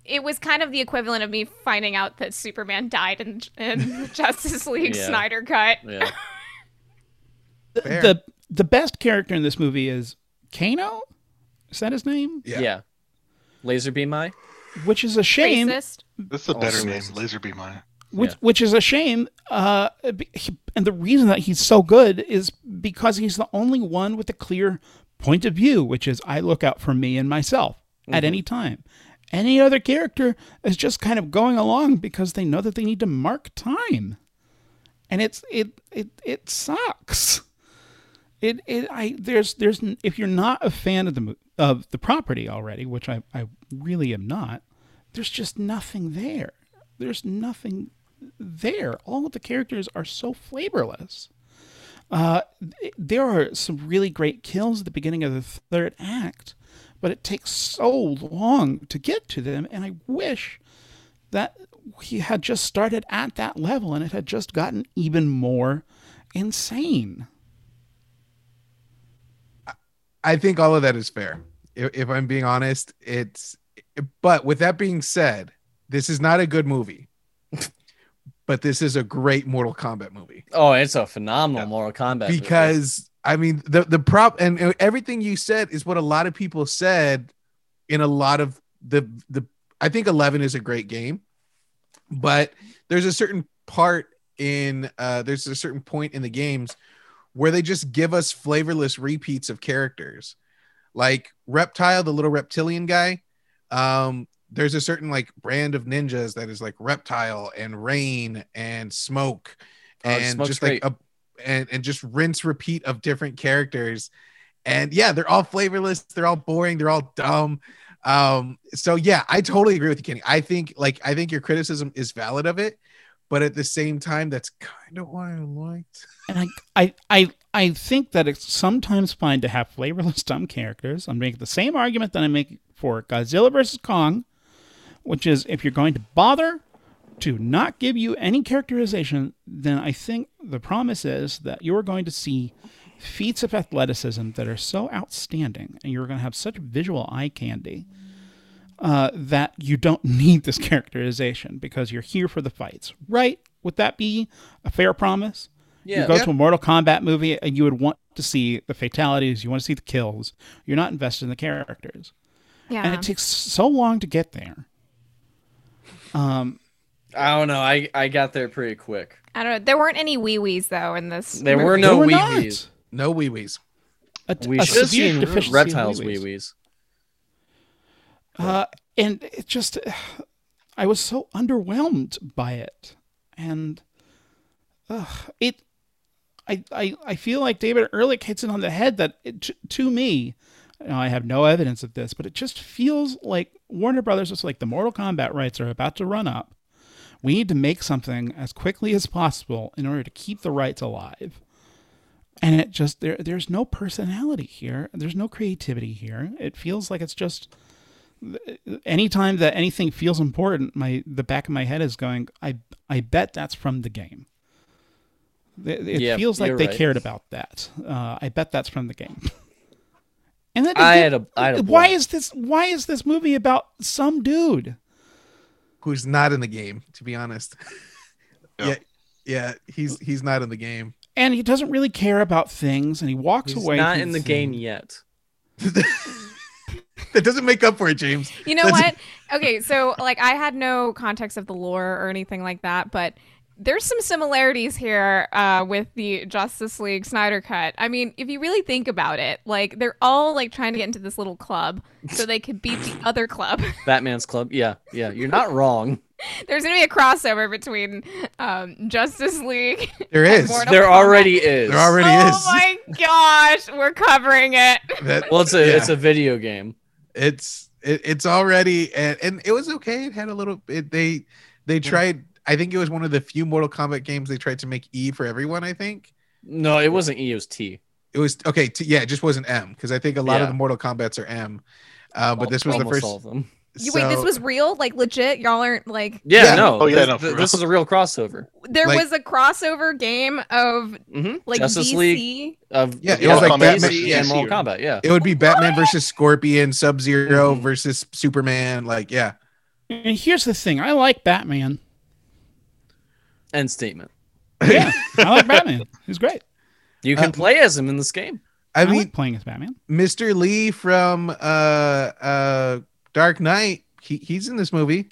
[SPEAKER 4] It was kind of the equivalent of me finding out that Superman died in, in Justice League
[SPEAKER 1] Yeah.
[SPEAKER 4] Snyder cut.
[SPEAKER 1] yeah.
[SPEAKER 3] The,
[SPEAKER 2] Fair.
[SPEAKER 3] the the best character in this movie is Kano. Is that his name?
[SPEAKER 1] yeah.
[SPEAKER 2] Yeah.
[SPEAKER 1] Laser beam eye?
[SPEAKER 3] Which is a shame.
[SPEAKER 4] Racist.
[SPEAKER 5] That's a
[SPEAKER 1] Oh,
[SPEAKER 5] better
[SPEAKER 1] so
[SPEAKER 5] name,
[SPEAKER 1] racist.
[SPEAKER 5] Laserbeam Eye.
[SPEAKER 3] which
[SPEAKER 1] Yeah.
[SPEAKER 3] which is a shame. Uh, be- he- and the reason that he's so good is because he's the only one with a clear point of view, which is I look out for me and myself at any time. Any other character is just kind of going along because they know that they need to mark time, and it's it it it sucks. It, it I there's there's n- if you're not a fan of the mo- of the property already, which I I really am not, there's just nothing there. There's nothing there. All of the characters are so flavorless. Uh, th- there are some really great kills at the beginning of the third act, but it takes so long to get to them, and I wish that we had just started at that level and it had just gotten even more insane.
[SPEAKER 2] <laughs> I think all of that is fair. If, if I'm being honest, it's. But with that being said, this is not a good <laughs> movie. but this is a great Mortal Kombat movie
[SPEAKER 1] Oh, it's a phenomenal Mortal Kombat. movie.
[SPEAKER 2] because I mean the the prop and uh, everything you said is what a lot of people said in a lot of the the. I think Eleven is a great game, but there's a certain part in uh, there's a certain point in the games where they just give us flavorless repeats of characters like reptile the little reptilian guy um there's a certain like brand of ninjas that is like reptile and rain and smoke
[SPEAKER 1] Oh,
[SPEAKER 2] and
[SPEAKER 1] Smoke's
[SPEAKER 2] just like a, and, and just rinse repeat of different characters and yeah they're all flavorless they're all boring they're all dumb um so yeah i totally agree with you kenny i think like i think your criticism is valid of it but at the same time that's kind of why i liked
[SPEAKER 3] and I, I, I, I think that it's sometimes fine to have flavorless <laughs> dumb characters. I'm making the same argument that I make for Godzilla versus Kong, which is if you're going to bother to not give you any characterization, then I think the promise is that you're going to see feats of athleticism that are so outstanding and you're going to have such visual eye candy <laughs> uh, that you don't need this characterization because you're here for the fights, right? Would that be a fair promise? You
[SPEAKER 1] Yeah.
[SPEAKER 3] go
[SPEAKER 2] Yeah.
[SPEAKER 3] to a Mortal Kombat movie and you would want to see the fatalities, you want to see the kills. You're not invested in the characters. And
[SPEAKER 4] Yeah.
[SPEAKER 3] it takes so long to get there. Um,
[SPEAKER 1] I don't know. I, I got there pretty quick.
[SPEAKER 4] I don't know. There weren't any wee wees though in this.
[SPEAKER 1] There
[SPEAKER 4] movie.
[SPEAKER 1] were no
[SPEAKER 3] we're
[SPEAKER 1] wee
[SPEAKER 3] not.
[SPEAKER 1] wees.
[SPEAKER 2] No wee wees.
[SPEAKER 3] A,
[SPEAKER 1] We
[SPEAKER 3] a
[SPEAKER 1] should have
[SPEAKER 3] severe
[SPEAKER 1] seen
[SPEAKER 3] deficiency in
[SPEAKER 1] reptiles
[SPEAKER 3] wee-wees.
[SPEAKER 1] wee wees.
[SPEAKER 3] Uh, and it just, I was so underwhelmed by it, and ugh, it, I, I, I feel like David Ehrlich hits it on the head that it, to me, now I have no evidence of this, but it just feels like Warner Brothers was like the Mortal Kombat rights are about to run up. We need to make something as quickly as possible in order to keep the rights alive. And it just there there's no personality here. There's no creativity here. It feels like it's just anytime that anything feels important, my the back of my head is going, I I bet that's from the game. It, it
[SPEAKER 1] Yeah,
[SPEAKER 3] feels like
[SPEAKER 1] you're
[SPEAKER 3] they
[SPEAKER 1] right.
[SPEAKER 3] cared about that. Uh, I bet that's from the game. And that
[SPEAKER 1] I
[SPEAKER 3] again-
[SPEAKER 1] had a- I had a
[SPEAKER 3] why
[SPEAKER 1] blast.
[SPEAKER 3] is this why is this movie about some dude?
[SPEAKER 2] Who's not in the game, to be honest.
[SPEAKER 5] Yeah.
[SPEAKER 2] yeah. Yeah, he's he's not in the game.
[SPEAKER 3] And he doesn't really care about things, and he walks
[SPEAKER 1] He's
[SPEAKER 3] away.
[SPEAKER 1] not
[SPEAKER 3] from
[SPEAKER 1] in the game
[SPEAKER 3] thing.
[SPEAKER 1] yet.
[SPEAKER 2] That doesn't make up for it, James.
[SPEAKER 4] You know
[SPEAKER 2] That's-
[SPEAKER 4] what? Okay, so like I had no context of the lore or anything like that, but there's some similarities here uh, with the Justice League Snyder cut. I mean, if you really think about it, like they're all like trying to get into this little club so they could
[SPEAKER 2] <laughs>
[SPEAKER 4] beat the other club. <laughs>
[SPEAKER 1] Batman's Club. Yeah, yeah. You're not wrong.
[SPEAKER 4] there's gonna be a crossover between um, Justice League.
[SPEAKER 2] There is.
[SPEAKER 4] Mortal-
[SPEAKER 1] There
[SPEAKER 4] Kombat.
[SPEAKER 1] already is.
[SPEAKER 2] There already
[SPEAKER 4] oh
[SPEAKER 2] is.
[SPEAKER 4] my gosh, we're covering it.
[SPEAKER 2] That-
[SPEAKER 1] Well, it's a
[SPEAKER 2] yeah.
[SPEAKER 1] it's a video game.
[SPEAKER 2] it's it, it's already and, and it was okay it had a little it, they they tried i think it was one of the few mortal kombat games they tried to make e for everyone i think
[SPEAKER 1] No, it wasn't E. It was T.
[SPEAKER 2] it was okay t- yeah it just wasn't m because i think a lot of
[SPEAKER 1] Yeah.
[SPEAKER 2] the mortal kombats are m uh, but this was the
[SPEAKER 1] Almost
[SPEAKER 2] first
[SPEAKER 1] all of them.
[SPEAKER 4] You Wait, this
[SPEAKER 2] so-
[SPEAKER 4] was real? Like legit? Y'all aren't like
[SPEAKER 1] Yeah,
[SPEAKER 2] Yeah.
[SPEAKER 1] no.
[SPEAKER 5] Oh, yeah,
[SPEAKER 1] this,
[SPEAKER 5] no, for
[SPEAKER 1] th- this
[SPEAKER 5] real.
[SPEAKER 1] is a real crossover.
[SPEAKER 4] there
[SPEAKER 2] Like-
[SPEAKER 4] was a crossover game of
[SPEAKER 1] hmm
[SPEAKER 4] like
[SPEAKER 1] Justice
[SPEAKER 4] DC.
[SPEAKER 1] League of
[SPEAKER 2] Yeah, it
[SPEAKER 5] was like
[SPEAKER 1] Batman,
[SPEAKER 5] Batman-
[SPEAKER 1] DC
[SPEAKER 5] yeah,
[SPEAKER 1] and Mortal
[SPEAKER 5] Zero.
[SPEAKER 1] Kombat. Yeah,
[SPEAKER 2] it would be batman
[SPEAKER 4] What?
[SPEAKER 2] versus scorpion sub 0
[SPEAKER 1] Mhm.
[SPEAKER 2] versus superman like yeah
[SPEAKER 3] And here's the thing: I like Batman.
[SPEAKER 1] end statement.
[SPEAKER 3] Yeah, I
[SPEAKER 1] <laughs>
[SPEAKER 3] like Batman. He's great.
[SPEAKER 5] Uh,
[SPEAKER 1] You can
[SPEAKER 2] Um,
[SPEAKER 1] play as him in this game.
[SPEAKER 2] i
[SPEAKER 3] I,
[SPEAKER 2] mean
[SPEAKER 3] like playing as Batman.
[SPEAKER 2] mr lee from uh uh dark knight he, he's in this movie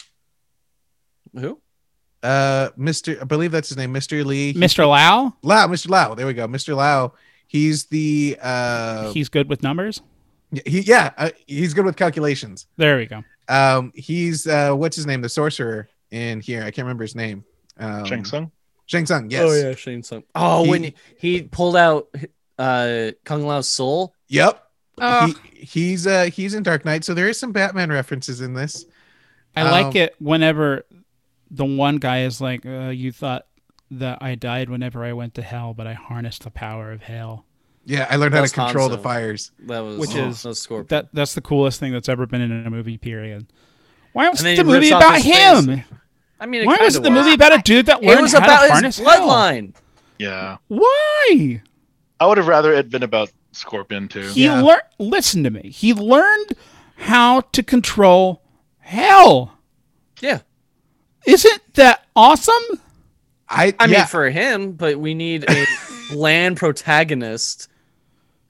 [SPEAKER 1] Who?
[SPEAKER 2] uh mr i believe that's his name mr lee He
[SPEAKER 3] Mr. Lau,
[SPEAKER 2] Lau, Mr. Lau. There we go, Mr. Lau. He's the uh,
[SPEAKER 3] he's good with numbers.
[SPEAKER 2] he, yeah, uh, he's good with calculations.
[SPEAKER 3] There we go.
[SPEAKER 2] Um, he's uh, what's his name, the sorcerer in here. I can't remember his name. Um,
[SPEAKER 5] Shang Tsung.
[SPEAKER 2] Shang Tsung. Yes.
[SPEAKER 1] Oh yeah, Shane Tsung. Oh,
[SPEAKER 2] He-
[SPEAKER 1] when he, he pulled out uh Kung Lao's soul.
[SPEAKER 2] Yep.
[SPEAKER 4] Oh,
[SPEAKER 2] He, he's uh, he's in Dark Knight, so there is some Batman references in this.
[SPEAKER 3] I
[SPEAKER 2] Um,
[SPEAKER 3] like it whenever the one guy is like, uh, "You thought that I died whenever I went to hell, but I harnessed the power of hell."
[SPEAKER 2] Yeah, I learned how
[SPEAKER 1] That's
[SPEAKER 2] to control the
[SPEAKER 1] Hanzo.
[SPEAKER 2] fires.
[SPEAKER 1] That was
[SPEAKER 3] Which
[SPEAKER 1] that
[SPEAKER 3] is-
[SPEAKER 1] was Scorpion.
[SPEAKER 3] That that's the coolest thing that's ever been in a movie. Period. Why was
[SPEAKER 1] And then
[SPEAKER 3] the
[SPEAKER 1] he rips
[SPEAKER 3] movie
[SPEAKER 1] off
[SPEAKER 3] about
[SPEAKER 1] his face.
[SPEAKER 3] him?
[SPEAKER 1] I mean, it
[SPEAKER 3] Why
[SPEAKER 1] kinda
[SPEAKER 3] was the
[SPEAKER 1] was.
[SPEAKER 3] movie about a dude that learned
[SPEAKER 1] It was
[SPEAKER 3] how to
[SPEAKER 1] about
[SPEAKER 3] harness
[SPEAKER 1] his
[SPEAKER 3] hell?
[SPEAKER 1] bloodline.
[SPEAKER 5] Yeah,
[SPEAKER 3] Why?
[SPEAKER 5] I would have rather it had been about Scorpion too.
[SPEAKER 3] He
[SPEAKER 2] Yeah.
[SPEAKER 3] learned. Listen to me. He learned how to control hell.
[SPEAKER 1] Yeah,
[SPEAKER 3] Isn't that awesome?
[SPEAKER 2] I,
[SPEAKER 1] I
[SPEAKER 2] yeah,
[SPEAKER 1] mean for him, but we need a bland protagonist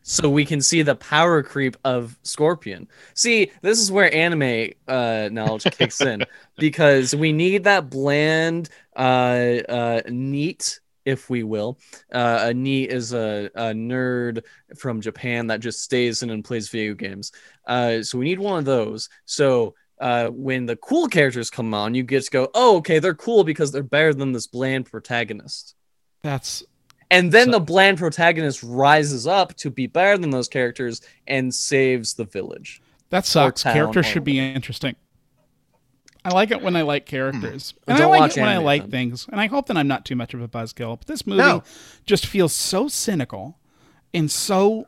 [SPEAKER 1] so we can see the power creep of Scorpion. See, this is where anime uh, knowledge kicks in because we need that bland, uh, uh, neat, if we will. Uh, a neat is a, a nerd from Japan that just stays in and plays video games. Uh, so we need one of those. So uh, when the cool characters come on, you get to go, oh, okay, they're cool because they're better than this bland protagonist.
[SPEAKER 3] That's
[SPEAKER 1] And then
[SPEAKER 3] So-
[SPEAKER 1] the bland protagonist rises up to be better than those characters and saves the village.
[SPEAKER 3] that sucks.
[SPEAKER 1] town
[SPEAKER 3] Characters
[SPEAKER 1] or
[SPEAKER 3] should be interesting. I like it when I like characters,
[SPEAKER 2] Hmm.
[SPEAKER 3] and I
[SPEAKER 1] Don't
[SPEAKER 3] like
[SPEAKER 1] watch
[SPEAKER 3] it when I
[SPEAKER 1] anime,
[SPEAKER 3] like
[SPEAKER 1] then.
[SPEAKER 3] things. And I hope that I'm not too much of a buzzkill. But this movie
[SPEAKER 2] No.
[SPEAKER 3] just feels so cynical and so.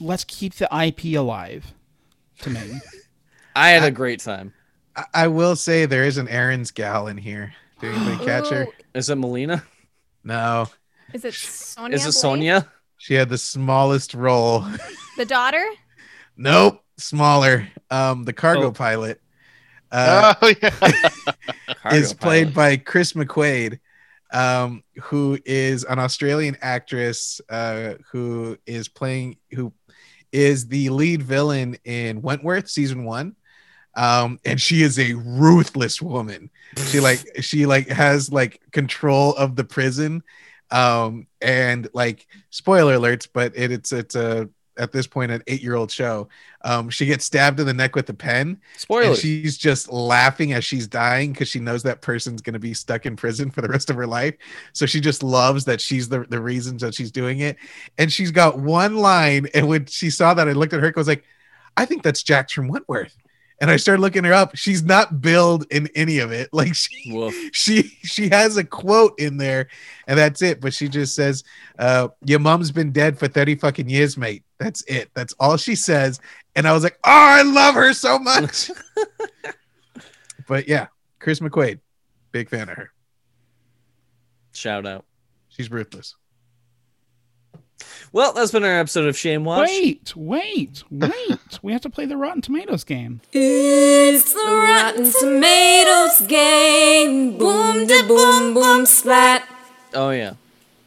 [SPEAKER 3] Let's keep the IP alive. To me,
[SPEAKER 1] I had a great time.
[SPEAKER 2] I, I will say there is an Aaron's gal in here. Did anybody catch
[SPEAKER 4] <gasps>
[SPEAKER 2] her?
[SPEAKER 4] Ooh,
[SPEAKER 1] Is it Melina?
[SPEAKER 2] No,
[SPEAKER 4] Is it Sonia?
[SPEAKER 1] Is it
[SPEAKER 4] Blade?
[SPEAKER 1] Sonia?
[SPEAKER 2] she had the smallest role.
[SPEAKER 4] The daughter?
[SPEAKER 2] <laughs> Nope, smaller. Um, the cargo
[SPEAKER 1] Oh.
[SPEAKER 2] pilot uh,
[SPEAKER 5] <laughs> oh yeah,
[SPEAKER 1] Cargo
[SPEAKER 2] is
[SPEAKER 1] pilot.
[SPEAKER 2] played by Chris McQuaid. um, who is an Australian actress uh, who is playing who is the lead villain in Wentworth season one. Um, and she is a ruthless woman. She like she like has like control of the prison. Um, and like spoiler alerts, but it, it's it's a at this point an eight year old show. Um, she gets stabbed in the neck with a pen, and
[SPEAKER 1] Spoiler.
[SPEAKER 2] she's just laughing as she's dying because she knows that person's going to be stuck in prison for the rest of her life. So she just loves that she's the, the reasons that she's doing it. And she's got one line. And when she saw that, I looked at her and was like, I think that's Jax from Wentworth. And I started looking her up. She's not billed in any of it. <laughs> Like she
[SPEAKER 1] Woof.
[SPEAKER 2] she she has a quote in there, and that's it. But she just says, uh, "Your mom's been dead for thirty fucking years, mate." That's it. That's all she says. And I was like, "Oh, I love her so
[SPEAKER 3] <laughs>
[SPEAKER 2] much." but yeah, Chris McQuaid, big fan of her.
[SPEAKER 1] Shout out.
[SPEAKER 2] She's ruthless.
[SPEAKER 1] Well, that's been our episode of Shame Watch.
[SPEAKER 3] Wait, wait, wait. we have to play the Rotten Tomatoes
[SPEAKER 1] <laughs>
[SPEAKER 3] game.
[SPEAKER 7] It's the Rotten Tomatoes game. Boom, da boom, boom, splat.
[SPEAKER 1] Oh yeah.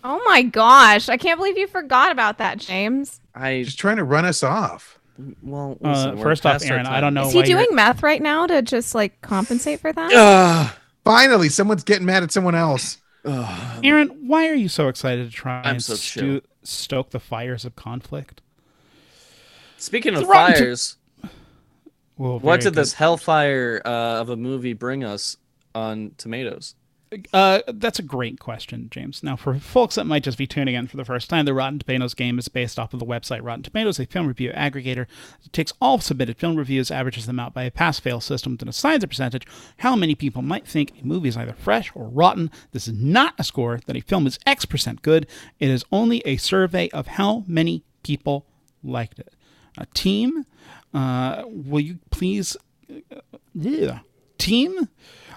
[SPEAKER 4] Oh my gosh. I can't believe you forgot about that, James.
[SPEAKER 1] I
[SPEAKER 2] She's trying to run us off.
[SPEAKER 1] well.
[SPEAKER 3] Uh,
[SPEAKER 1] Listen, we're
[SPEAKER 3] first off,
[SPEAKER 1] past our
[SPEAKER 3] Aaron, I
[SPEAKER 1] time.
[SPEAKER 3] don't know
[SPEAKER 4] Is
[SPEAKER 3] why
[SPEAKER 4] he
[SPEAKER 3] you're-
[SPEAKER 4] doing meth right now to just like compensate for that?
[SPEAKER 1] Ugh.
[SPEAKER 2] Finally, someone's getting mad at someone else.
[SPEAKER 1] Ugh.
[SPEAKER 3] Aaron, why are you so excited to try
[SPEAKER 1] Um, I'm
[SPEAKER 3] and
[SPEAKER 1] so
[SPEAKER 3] stu- stoke the fires of conflict?
[SPEAKER 1] <sighs> Speaking of
[SPEAKER 3] The Rotten Tom-
[SPEAKER 1] fires,
[SPEAKER 3] Well,
[SPEAKER 1] what
[SPEAKER 3] very
[SPEAKER 1] did this hellfire uh, of a movie bring us on tomatoes?
[SPEAKER 3] good. Uh, that's a great question, James. Now, for folks that might just be tuning in for the first time, the Rotten Tomatoes game is based off of the website Rotten Tomatoes, a film review aggregator. It takes all submitted film reviews, averages them out by a pass-fail system, then assigns a percentage how many people might think a movie is either fresh or rotten. This is not a score that a film is X percent good. It is only a survey of how many people liked it. A team, uh, will you please yeah. team.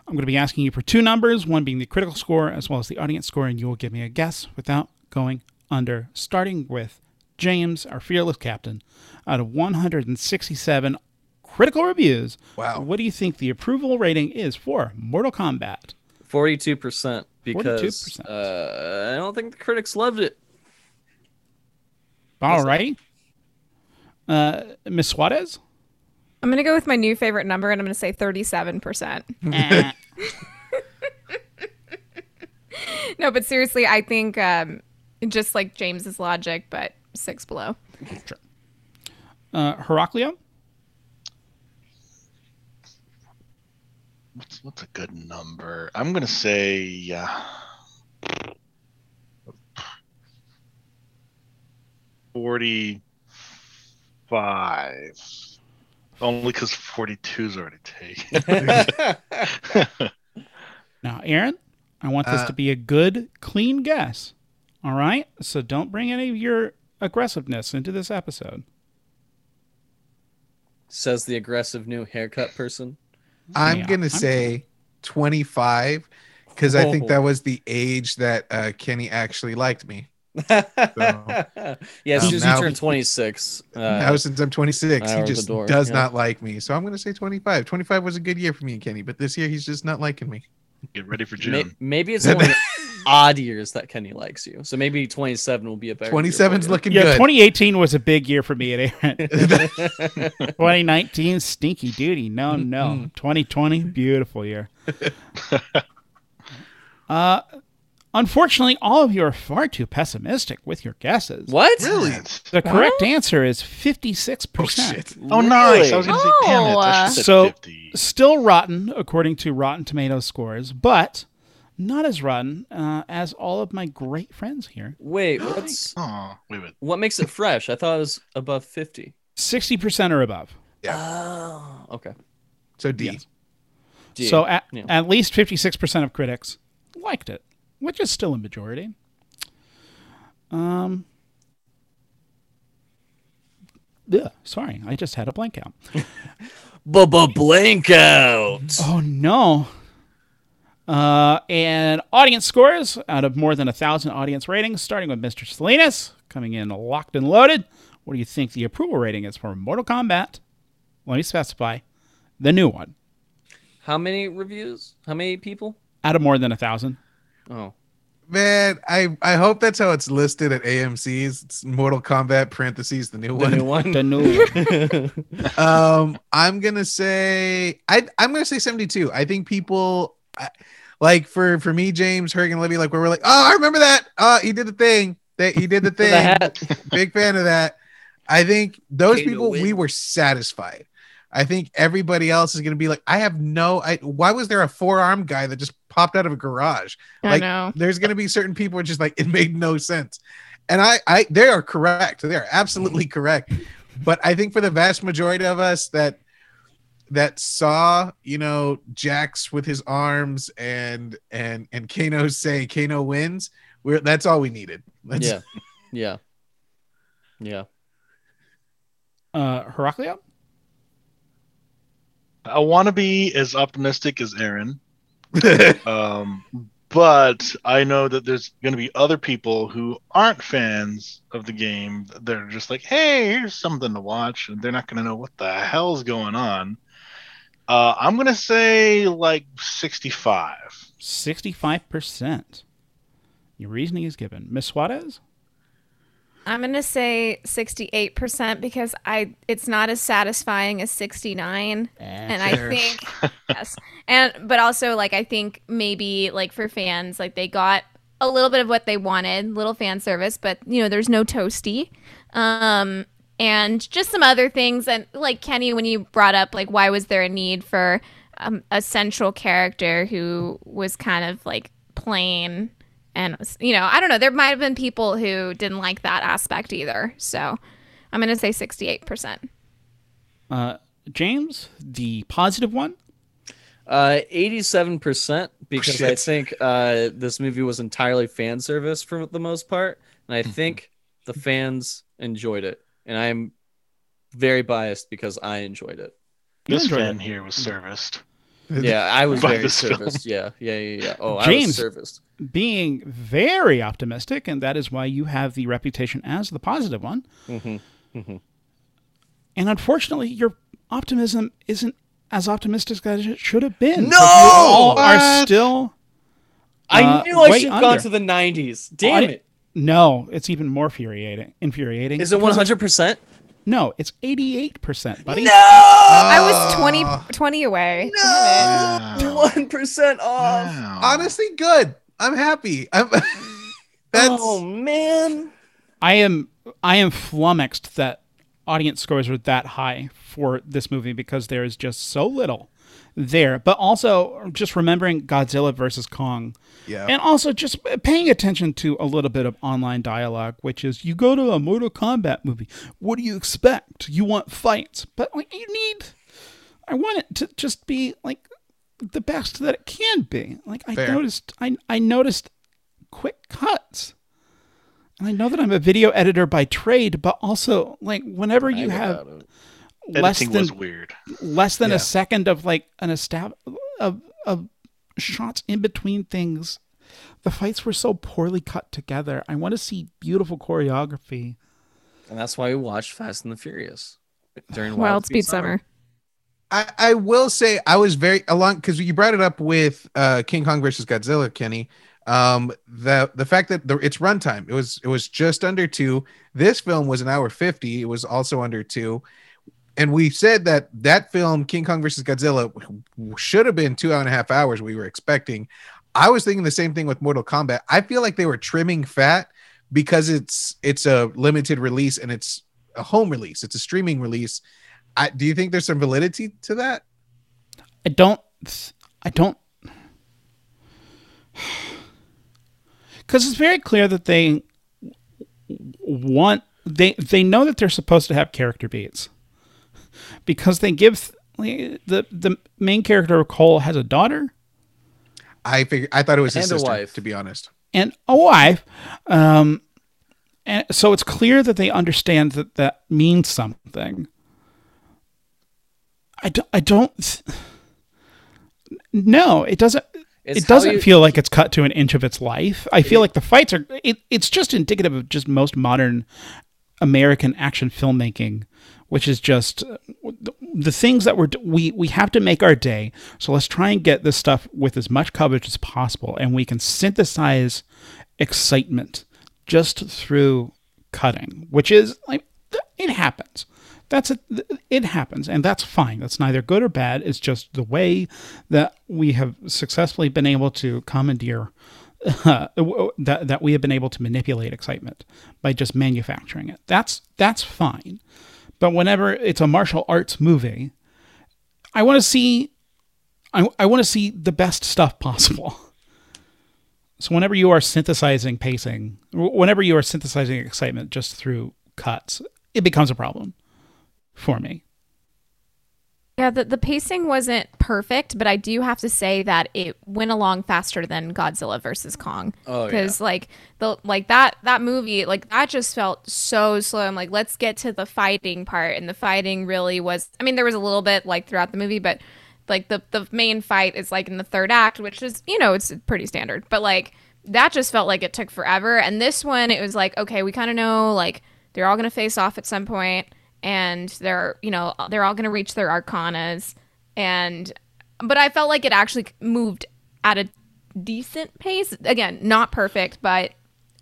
[SPEAKER 3] I'm going to be asking you for two numbers, one being the critical score as well as the audience score, and you will give me a guess without going under. Starting with James, our fearless captain, out of 167 critical reviews.
[SPEAKER 2] Wow.
[SPEAKER 3] What do you think the approval rating is for Mortal Kombat?
[SPEAKER 1] Forty-two percent. Because
[SPEAKER 3] 42%.
[SPEAKER 1] uh, I don't think the critics loved it.
[SPEAKER 3] All right. Uh, Miss Suarez?
[SPEAKER 4] I'm going to go with my new favorite number and I'm going to say 37%.
[SPEAKER 3] Eh.
[SPEAKER 4] No, but seriously, I think um, just like James's logic, but six below.
[SPEAKER 3] uh, Heraclio?
[SPEAKER 5] What's, what's a good number? I'm gonna say uh, forty-five. Only because forty-two is already taken. <laughs>
[SPEAKER 3] Now, Aaron, I want this
[SPEAKER 2] Uh,
[SPEAKER 3] to be a good, clean guess. All right? So don't bring any of your aggressiveness into this episode.
[SPEAKER 1] Says the aggressive new haircut person.
[SPEAKER 2] I'm
[SPEAKER 3] Yeah,
[SPEAKER 2] gonna
[SPEAKER 3] I'm-
[SPEAKER 2] say 25 because I think
[SPEAKER 1] Oh.
[SPEAKER 2] that was the age that uh, Kenny actually liked me.
[SPEAKER 1] <laughs> yeah,
[SPEAKER 2] Um,
[SPEAKER 1] Susie
[SPEAKER 2] now-
[SPEAKER 1] turned twenty-six. Uh,
[SPEAKER 2] now since I'm 26,
[SPEAKER 1] I
[SPEAKER 2] he
[SPEAKER 1] was
[SPEAKER 2] just
[SPEAKER 1] adored,
[SPEAKER 2] does
[SPEAKER 1] yeah.
[SPEAKER 2] not like me. So I'm gonna say 25. 25 was a good year for me and Kenny, but this year he's just not liking me.
[SPEAKER 5] Get ready for
[SPEAKER 1] May-
[SPEAKER 5] June.
[SPEAKER 1] maybe it's only odd years that Kenny likes you. So maybe 27 will be a better.
[SPEAKER 2] 27's
[SPEAKER 1] year
[SPEAKER 2] looking
[SPEAKER 3] Yeah,
[SPEAKER 2] good.
[SPEAKER 3] 2018 was a big year for me at Aaron.
[SPEAKER 1] for you.
[SPEAKER 2] <laughs>
[SPEAKER 3] 2019, stinky duty. No,
[SPEAKER 2] Mm-hmm.
[SPEAKER 3] no. 2020, beautiful year. <laughs> uh, unfortunately, all of you are far too pessimistic with your guesses.
[SPEAKER 1] what?
[SPEAKER 2] Really?
[SPEAKER 3] The correct answer is 56%.
[SPEAKER 2] Oh shit.
[SPEAKER 5] Oh, nice! I was gonna say, damn it!
[SPEAKER 4] Oh,
[SPEAKER 5] I should've said
[SPEAKER 3] So-
[SPEAKER 5] 50.
[SPEAKER 3] still rotten according to Rotten Tomato scores, but not as rotten uh, as all of my great friends here.
[SPEAKER 1] Wait, what's
[SPEAKER 5] Aw, wait a minute.
[SPEAKER 1] what makes it fresh? I thought it was above 50.
[SPEAKER 3] Sixty percent or above.
[SPEAKER 1] Oh, okay.
[SPEAKER 2] So D.
[SPEAKER 3] Yes. So at,
[SPEAKER 1] yeah.
[SPEAKER 3] at least fifty six percent of critics liked it, which is still a majority. Um. Ugh, sorry, I just had a blank out.
[SPEAKER 6] Bubba blank out.
[SPEAKER 3] Oh no. Uh, and audience scores out of more than a thousand audience ratings, starting with Mr. Salinas coming in locked and loaded. What do you think the approval rating is for Mortal Kombat? Let me specify the new one
[SPEAKER 1] How many reviews? How many people?
[SPEAKER 3] out of more than a thousand.
[SPEAKER 1] Oh,
[SPEAKER 2] Man, I, I hope that's how it's listed at AMC's. It's Mortal Kombat parentheses the new
[SPEAKER 1] The
[SPEAKER 2] one.
[SPEAKER 1] new one.
[SPEAKER 3] Don't know.
[SPEAKER 2] um, I'm gonna say I I'm gonna say 72. I think people I- like for for me, James, Herg, and Libby, like we were like, oh, I remember that. Uh, he did the thing. That
[SPEAKER 1] <laughs>
[SPEAKER 2] he did the
[SPEAKER 1] the
[SPEAKER 2] thing.
[SPEAKER 1] hat.
[SPEAKER 2] Big fan of that. I think those
[SPEAKER 6] Potato
[SPEAKER 2] people we
[SPEAKER 6] win.
[SPEAKER 2] were satisfied. I think everybody else is gonna be like, I have no. I why was there a four arm guy that just popped out of a garage?
[SPEAKER 4] I
[SPEAKER 2] Like-
[SPEAKER 4] know.
[SPEAKER 2] there's going to be certain people who are just like it made no sense and i i they are correct they are absolutely correct but i think for the vast majority of us that that saw you know jax with his arms and and and kano say kano wins we're that's all we needed that's, <laughs>
[SPEAKER 1] Yeah. Yeah. Yeah.
[SPEAKER 3] Uh, Heraclio?
[SPEAKER 5] I want to be as optimistic as
[SPEAKER 2] <laughs>
[SPEAKER 5] Aaron, um, but I know that there's going to be other people who aren't fans of the game. They're just like, "Hey, here's something to watch," and they're not going to know what the hell's going on. Uh, I'm going to say like 65.
[SPEAKER 3] 65%. Your reasoning is given. Miss Suarez?
[SPEAKER 4] I'm gonna say 68 percent because I it's not as satisfying as 69, and I think yes, and but also like I think maybe like for fans like they got a little bit of what they wanted, little fan service, but you know there's no toasty, um, and just some other things and like Kenny when you brought up like why was there a need for um, a central character who was kind of like plain and you know i don't know there might have been people who didn't like that aspect either so i'm going to say 68%
[SPEAKER 3] Uh, James, the positive one?
[SPEAKER 1] Uh, 87% because I
[SPEAKER 2] Shit.
[SPEAKER 1] think uh, this movie was entirely fan service for the most part. And I
[SPEAKER 3] <laughs>
[SPEAKER 1] think the fans enjoyed it. And I'm very biased because I enjoyed it.
[SPEAKER 3] You
[SPEAKER 5] This
[SPEAKER 3] enjoyed
[SPEAKER 5] fan
[SPEAKER 3] it.
[SPEAKER 5] here was serviced.
[SPEAKER 1] Yeah, I was
[SPEAKER 5] By
[SPEAKER 1] very
[SPEAKER 5] this film.
[SPEAKER 1] serviced. Yeah, yeah, yeah, yeah. Oh, I
[SPEAKER 3] James.
[SPEAKER 1] was serviced.
[SPEAKER 3] Being very optimistic, and that is why you have the reputation as the positive one.
[SPEAKER 1] Mhm, mhm.
[SPEAKER 3] And unfortunately, your optimism isn't as optimistic as it should have been.
[SPEAKER 1] No!
[SPEAKER 3] But you all are
[SPEAKER 2] What?
[SPEAKER 3] still.
[SPEAKER 1] I
[SPEAKER 3] Uh,
[SPEAKER 1] knew I
[SPEAKER 3] way
[SPEAKER 1] should have
[SPEAKER 3] under.
[SPEAKER 1] gone to the 90s. Damn
[SPEAKER 3] I-
[SPEAKER 1] it.
[SPEAKER 3] No, it's even more infuriating. Infuriating.
[SPEAKER 1] Is it 100%?
[SPEAKER 3] No, it's eighty-eight percent, buddy.
[SPEAKER 4] i
[SPEAKER 2] Ah,
[SPEAKER 4] was 20 20 away no!
[SPEAKER 5] Wow.
[SPEAKER 1] 1% off.
[SPEAKER 5] Wow.
[SPEAKER 2] honestly good i'm happy <laughs> i'm that's
[SPEAKER 1] Oh, man.
[SPEAKER 3] I am I am flummoxed that audience scores are that high for this movie because there is just so little there. But also just remembering Godzilla versus Kong.
[SPEAKER 2] yeah
[SPEAKER 3] And also just paying attention to a little bit of online dialogue, which is you go to a Mortal Kombat movie, what do you expect? You want fights, but like you need I want it to just be like the best that it can be. Like I
[SPEAKER 2] Fair.
[SPEAKER 3] noticed I I noticed quick cuts. And I know that I'm a video editor by trade, but also like whenever you have less
[SPEAKER 5] Editing
[SPEAKER 3] than
[SPEAKER 5] was weird. <laughs>
[SPEAKER 3] less than
[SPEAKER 2] Yeah.
[SPEAKER 3] a second of like an estab of of shots in between things. The fights were so poorly cut together. I want to see beautiful choreography.
[SPEAKER 1] And that's why we watched Fast and the Furious during Wild,
[SPEAKER 4] wild speed summer
[SPEAKER 2] I, I will say I was very along because you brought it up with uh, King Kong versus Godzilla, Kenny. Um, the the fact that the, its runtime it was it was just under two. This film was an hour fifty. It was also under two, and we said that that film King Kong versus Godzilla should have been two and a half hours. We were expecting. I was thinking the same thing with Mortal Kombat. I feel like they were trimming fat because it's it's a limited release and it's a home release. It's a streaming release. I, do you think there's some validity to that?
[SPEAKER 3] I don't. I don't. <sighs> Because it's very clear that they want they they know that they're supposed to have character beats because they give like, the the main character Cole has a daughter
[SPEAKER 2] I figure I thought it was his
[SPEAKER 1] And a
[SPEAKER 2] sister,
[SPEAKER 1] wife.
[SPEAKER 2] to be honest.
[SPEAKER 3] and a wife. Um, and so it's clear that they understand that that means something. I don't. I don't no, it doesn't.
[SPEAKER 1] It's
[SPEAKER 3] it doesn't
[SPEAKER 1] how you-
[SPEAKER 3] feel like it's cut to an inch of its life. I feel like the fights are. It, it's just indicative of just most modern American action filmmaking, which is just uh, the things that we're d- we we have to make our day. So let's try and get this stuff with as much coverage as possible, and we can synthesize excitement just through cutting, which is like th- it happens. That's a, th- it happens, and that's fine. That's neither good or bad. It's just the way that we have successfully been able to commandeer <laughs> uh, that that we have been able to manipulate excitement by just manufacturing it. That's that's fine. But whenever it's a martial arts movie, I want to see I, I want to see the best stuff possible. <laughs> So whenever you are synthesizing pacing, wh- whenever you are synthesizing excitement just through cuts, it becomes a problem for me.
[SPEAKER 4] Yeah, the, the pacing wasn't perfect, but I do have to say that it went along faster than Godzilla versus Kong.
[SPEAKER 1] Oh, yeah.
[SPEAKER 4] because like the like that that movie like that just felt so slow. I'm like, let's get to the fighting part, and the fighting really was. I mean, there was a little bit like throughout the movie, but like the the main fight is like in the third act, which is you know it's pretty standard. But like that just felt like it took forever. And this one, it was like, okay, we kind of know like they're all gonna face off at some point, and they're you know they're all gonna reach their arcanas, and but I felt like it actually moved at a decent pace. Again, not perfect, but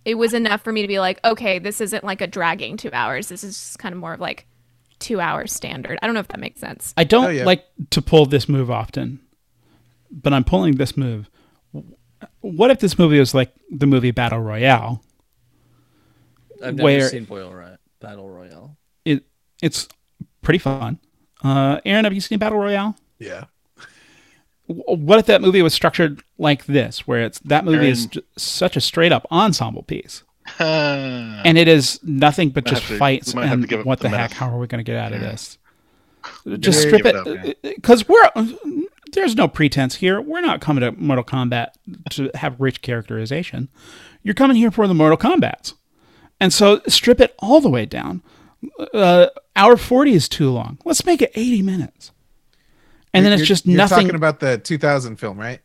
[SPEAKER 4] it was enough for me to be like, okay, this isn't like a dragging two hours. This is just kind of more of like two hours standard. I don't know if that makes sense.
[SPEAKER 3] I don't
[SPEAKER 2] Oh, yeah.
[SPEAKER 3] like to pull this move often, but I'm pulling this move. What if this movie was like the movie Battle Royale?
[SPEAKER 1] I've never
[SPEAKER 3] Where-
[SPEAKER 1] seen Boyle Ro- Battle Royale.
[SPEAKER 3] It it's pretty fun. Uh, Aaron, have you seen Battle Royale?
[SPEAKER 2] Yeah.
[SPEAKER 3] W- What if that movie was structured like this, where it's that movie is
[SPEAKER 5] Aaron.
[SPEAKER 3] ju- such a straight up ensemble piece,
[SPEAKER 5] Uh,
[SPEAKER 3] and it is nothing but
[SPEAKER 5] Might
[SPEAKER 3] just
[SPEAKER 5] have to-
[SPEAKER 3] fights
[SPEAKER 5] we might have
[SPEAKER 3] and
[SPEAKER 5] to give up
[SPEAKER 3] what the
[SPEAKER 5] the
[SPEAKER 3] heck?
[SPEAKER 5] math.
[SPEAKER 3] How are we going to get out of this? Just
[SPEAKER 5] Yeah,
[SPEAKER 3] strip
[SPEAKER 5] give
[SPEAKER 3] it,
[SPEAKER 5] it up,
[SPEAKER 3] because we're uh, there's no pretense here. We're not coming to Mortal Kombat to have rich characterization. You're coming here for the Mortal Kombats, and so strip it all the way down. Uh, hour forty is too long. Let's make it eighty minutes, and then it's
[SPEAKER 2] You're-
[SPEAKER 3] just
[SPEAKER 2] you're
[SPEAKER 3] nothing.
[SPEAKER 2] talking about the 2000 film, right?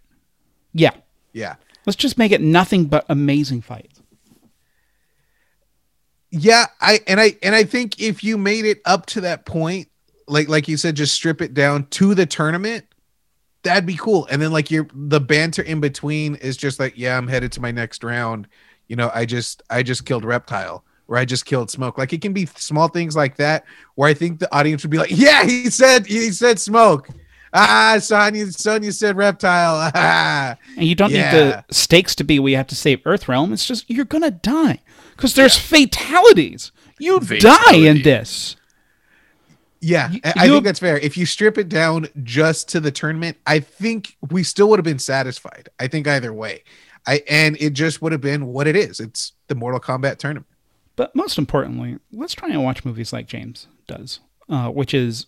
[SPEAKER 3] yeah,
[SPEAKER 2] Yeah.
[SPEAKER 3] let's just make it nothing but amazing fights.
[SPEAKER 2] yeah i and i and i think if you made it up to that point like like you said just strip it down to the tournament that'd be cool and then like your the banter in between is just like yeah i'm headed to my next round you know i just i just killed reptile or i just killed smoke like it can be small things like that where i think the audience would be like yeah he said he said smoke ah sonya sonya said reptile <laughs> ah.
[SPEAKER 3] And you don't need
[SPEAKER 2] Yeah.
[SPEAKER 3] the stakes to be we have to save Earthrealm. It's just you're gonna die because there's fatalities. You die in
[SPEAKER 5] Fatalities.
[SPEAKER 3] this.
[SPEAKER 2] Yeah,
[SPEAKER 3] You-
[SPEAKER 2] I I
[SPEAKER 3] you-
[SPEAKER 2] think that's fair. If you strip it down just to the tournament, I think we still would have been satisfied. I think either way. I and it just would have been what it is. It's the Mortal Kombat tournament.
[SPEAKER 3] But most importantly, let's try and watch movies like James does, uh, which is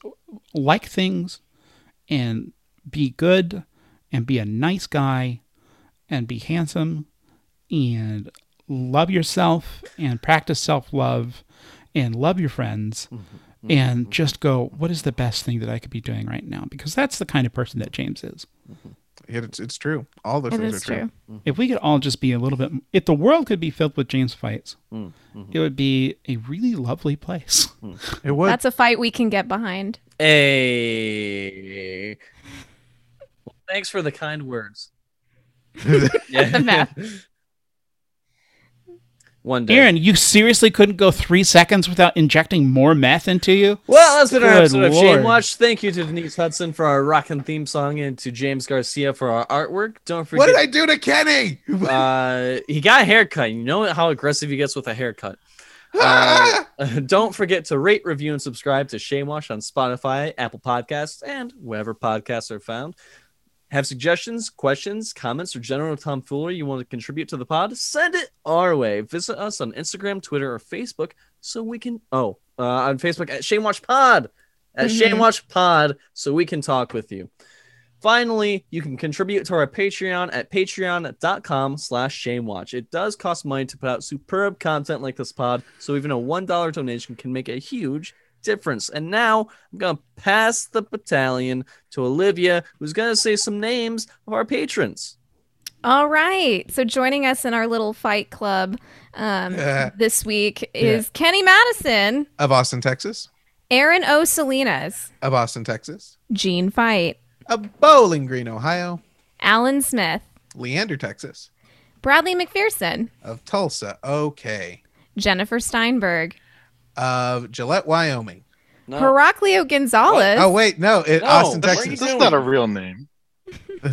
[SPEAKER 3] like things and be good and be a nice guy and be handsome and love yourself and practice self love and love your friends and just go, what is the best thing that I could be doing right now? Because that's the kind of person that James is.
[SPEAKER 2] It- It's it's true. All those
[SPEAKER 4] It
[SPEAKER 2] things are
[SPEAKER 4] is
[SPEAKER 2] true.
[SPEAKER 4] true.
[SPEAKER 3] If we could all just be a little bit, if the world could be filled with James fights, it would be a really lovely place. <laughs>
[SPEAKER 2] It would.
[SPEAKER 4] That's a fight we can get behind.
[SPEAKER 1] Hey. Well, thanks for the kind
[SPEAKER 3] <laughs>
[SPEAKER 1] words. yeah.
[SPEAKER 4] The math.
[SPEAKER 1] <laughs> One day.
[SPEAKER 3] Aaron, you seriously couldn't go three seconds without injecting more meth into you?
[SPEAKER 1] Well, that's been our
[SPEAKER 3] Good
[SPEAKER 1] episode of
[SPEAKER 3] lord.
[SPEAKER 1] Shame Watch. Thank you to Denise Hudson for our rockin' theme song and to James Garcia for our artwork. Don't forget,
[SPEAKER 2] what did I do to Kenny? <laughs>
[SPEAKER 1] uh, he got a haircut. You know how aggressive he gets with a haircut. Uh, <laughs> don't forget to rate, review, and subscribe to Shame Watch on Spotify, Apple Podcasts, and wherever podcasts are found. Have suggestions, questions, comments, or general tomfoolery you want to contribute to the pod? Send it our way. Visit us on Instagram, Twitter, or Facebook so we can. Mm-hmm. Oh, uh, on Facebook at Shame Watch Pod. At
[SPEAKER 4] Mhm.
[SPEAKER 1] Shame Watch Pod so we can talk with you. Finally, you can contribute to our Patreon at patreon.com slash shamewatch. It does cost money to put out superb content like this pod, so even a $1 donation can make a huge difference. And now I'm going to pass the battalion to Olivia, who's going to say some names of our patrons.
[SPEAKER 4] All right. So joining us in our little fight club um,
[SPEAKER 2] <laughs> Yeah.
[SPEAKER 4] this week is Kenny Madison
[SPEAKER 2] of Austin, Texas.
[SPEAKER 4] Aaron O. Salinas,
[SPEAKER 2] of Austin, Texas,
[SPEAKER 4] Gene Fight,
[SPEAKER 2] of Bowling Green, Ohio,
[SPEAKER 4] Alan Smith,
[SPEAKER 2] Leander, Texas,
[SPEAKER 4] Bradley McPherson,
[SPEAKER 2] of Tulsa, OK,
[SPEAKER 4] Jennifer Steinberg,
[SPEAKER 2] of Gillette, Wyoming.
[SPEAKER 1] No.
[SPEAKER 4] Heraclio Gonzalez,
[SPEAKER 2] Oh wait, no, it,
[SPEAKER 1] No,
[SPEAKER 2] Austin,
[SPEAKER 1] what are you
[SPEAKER 2] Texas.
[SPEAKER 5] That's
[SPEAKER 1] doing?
[SPEAKER 5] not a real name.
[SPEAKER 2] <laughs>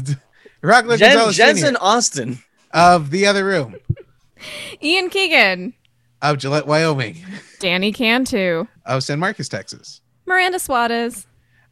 [SPEAKER 2] Rockland
[SPEAKER 1] Jen,
[SPEAKER 2] Gonzalez
[SPEAKER 1] Jen's
[SPEAKER 2] Jr.
[SPEAKER 1] in Austin.
[SPEAKER 2] of the other room
[SPEAKER 4] Ian Keegan,
[SPEAKER 2] of Gillette, Wyoming,
[SPEAKER 4] Danny Cantu,
[SPEAKER 2] of San Marcos, Texas,
[SPEAKER 4] Miranda Suarez,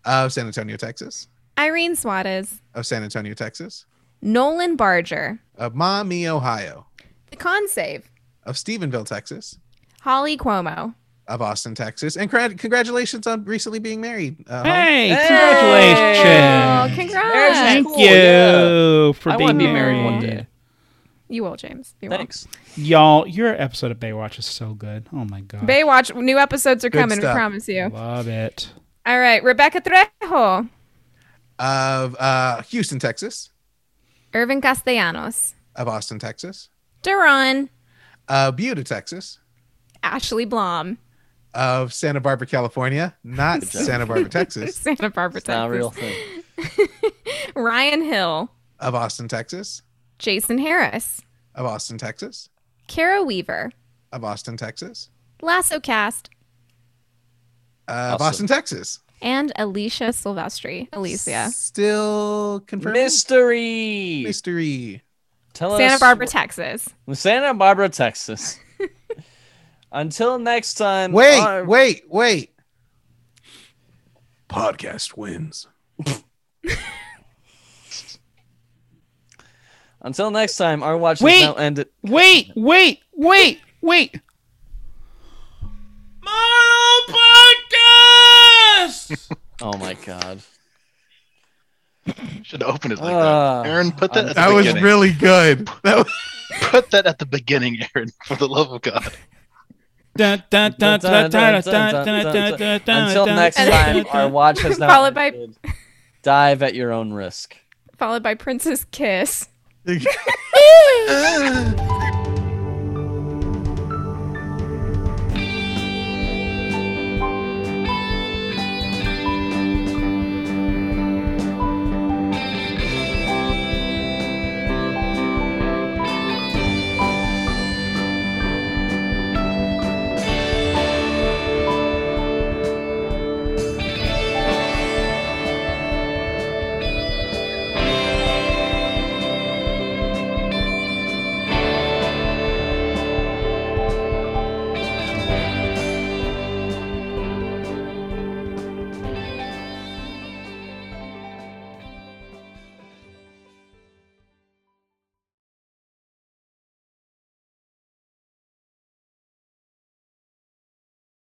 [SPEAKER 2] of San Antonio, Texas,
[SPEAKER 4] Irene Suarez,
[SPEAKER 2] of San Antonio, Texas,
[SPEAKER 4] Nolan Barger,
[SPEAKER 2] of Maumee, Ohio,
[SPEAKER 4] The Con Save,
[SPEAKER 2] of Stephenville, Texas,
[SPEAKER 4] Holly Cuomo.
[SPEAKER 2] of Austin, Texas, and congrat- congratulations on recently being married. Uh, Holly.
[SPEAKER 3] Hey,
[SPEAKER 1] Hey!
[SPEAKER 4] Oh,
[SPEAKER 3] congratulations.
[SPEAKER 4] congrats.
[SPEAKER 3] Thank
[SPEAKER 1] Cool,
[SPEAKER 3] you
[SPEAKER 1] yeah.
[SPEAKER 3] for
[SPEAKER 1] I
[SPEAKER 3] being
[SPEAKER 1] want to be married one
[SPEAKER 3] married.
[SPEAKER 1] day.
[SPEAKER 4] You will, James. You will.
[SPEAKER 1] Thanks.
[SPEAKER 3] Y'all, your episode of Baywatch is so good. Oh my god.
[SPEAKER 4] Baywatch, new episodes are
[SPEAKER 2] Good
[SPEAKER 4] coming,
[SPEAKER 2] stuff.
[SPEAKER 4] we promise you.
[SPEAKER 3] Love it.
[SPEAKER 4] All right, Rebecca Trejo,
[SPEAKER 2] Of uh, Houston, Texas,
[SPEAKER 4] Irvin Castellanos,
[SPEAKER 2] of Austin, Texas,
[SPEAKER 4] Duran,
[SPEAKER 2] of Buda, Texas,
[SPEAKER 4] Ashley Blom,
[SPEAKER 2] of Santa Barbara, California, not Santa Barbara, Texas,
[SPEAKER 4] <laughs> Santa Barbara,
[SPEAKER 1] It's not a
[SPEAKER 4] Texas,
[SPEAKER 1] real thing.
[SPEAKER 4] Ryan Hill,
[SPEAKER 2] of Austin, Texas,
[SPEAKER 4] Jason Harris,
[SPEAKER 2] of Austin, Texas,
[SPEAKER 4] Kara Weaver,
[SPEAKER 2] of Austin, Texas,
[SPEAKER 4] Lasso Cast,
[SPEAKER 2] uh, of
[SPEAKER 1] Awesome.
[SPEAKER 2] Austin, Texas.
[SPEAKER 4] and Alicia Silvestri. Alicia.
[SPEAKER 2] Still confirmed.
[SPEAKER 1] Mystery.
[SPEAKER 2] Mystery.
[SPEAKER 1] Tell
[SPEAKER 4] Santa
[SPEAKER 1] us
[SPEAKER 4] Barbara, Texas.
[SPEAKER 1] Santa Barbara,
[SPEAKER 4] <laughs>
[SPEAKER 1] Texas. Until next time.
[SPEAKER 2] Wait,
[SPEAKER 1] our-
[SPEAKER 2] wait, wait. Podcast wins.
[SPEAKER 1] Until next time, our watch
[SPEAKER 3] Wait.
[SPEAKER 1] is now ended.
[SPEAKER 3] Wait, wait, wait, wait.
[SPEAKER 1] Oh my god.
[SPEAKER 5] Should have opened it like
[SPEAKER 1] Ah.
[SPEAKER 5] that. Aaron, put that
[SPEAKER 1] Um,
[SPEAKER 5] at the
[SPEAKER 2] That was
[SPEAKER 5] beginning.
[SPEAKER 2] really good. That was-
[SPEAKER 5] Put that at the beginning, Aaron, for the love of God.
[SPEAKER 3] Dun, dun, dun, dun, dun, dun, dun, dun, dun, dun,
[SPEAKER 1] Until
[SPEAKER 3] dun,
[SPEAKER 1] next
[SPEAKER 3] dun,
[SPEAKER 1] time,
[SPEAKER 3] dun,
[SPEAKER 1] our
[SPEAKER 3] dun.
[SPEAKER 1] watch
[SPEAKER 4] <laughs>
[SPEAKER 1] has now
[SPEAKER 4] Followed by-
[SPEAKER 1] ended. Dive at your own risk.
[SPEAKER 4] followed by Princess Kiss.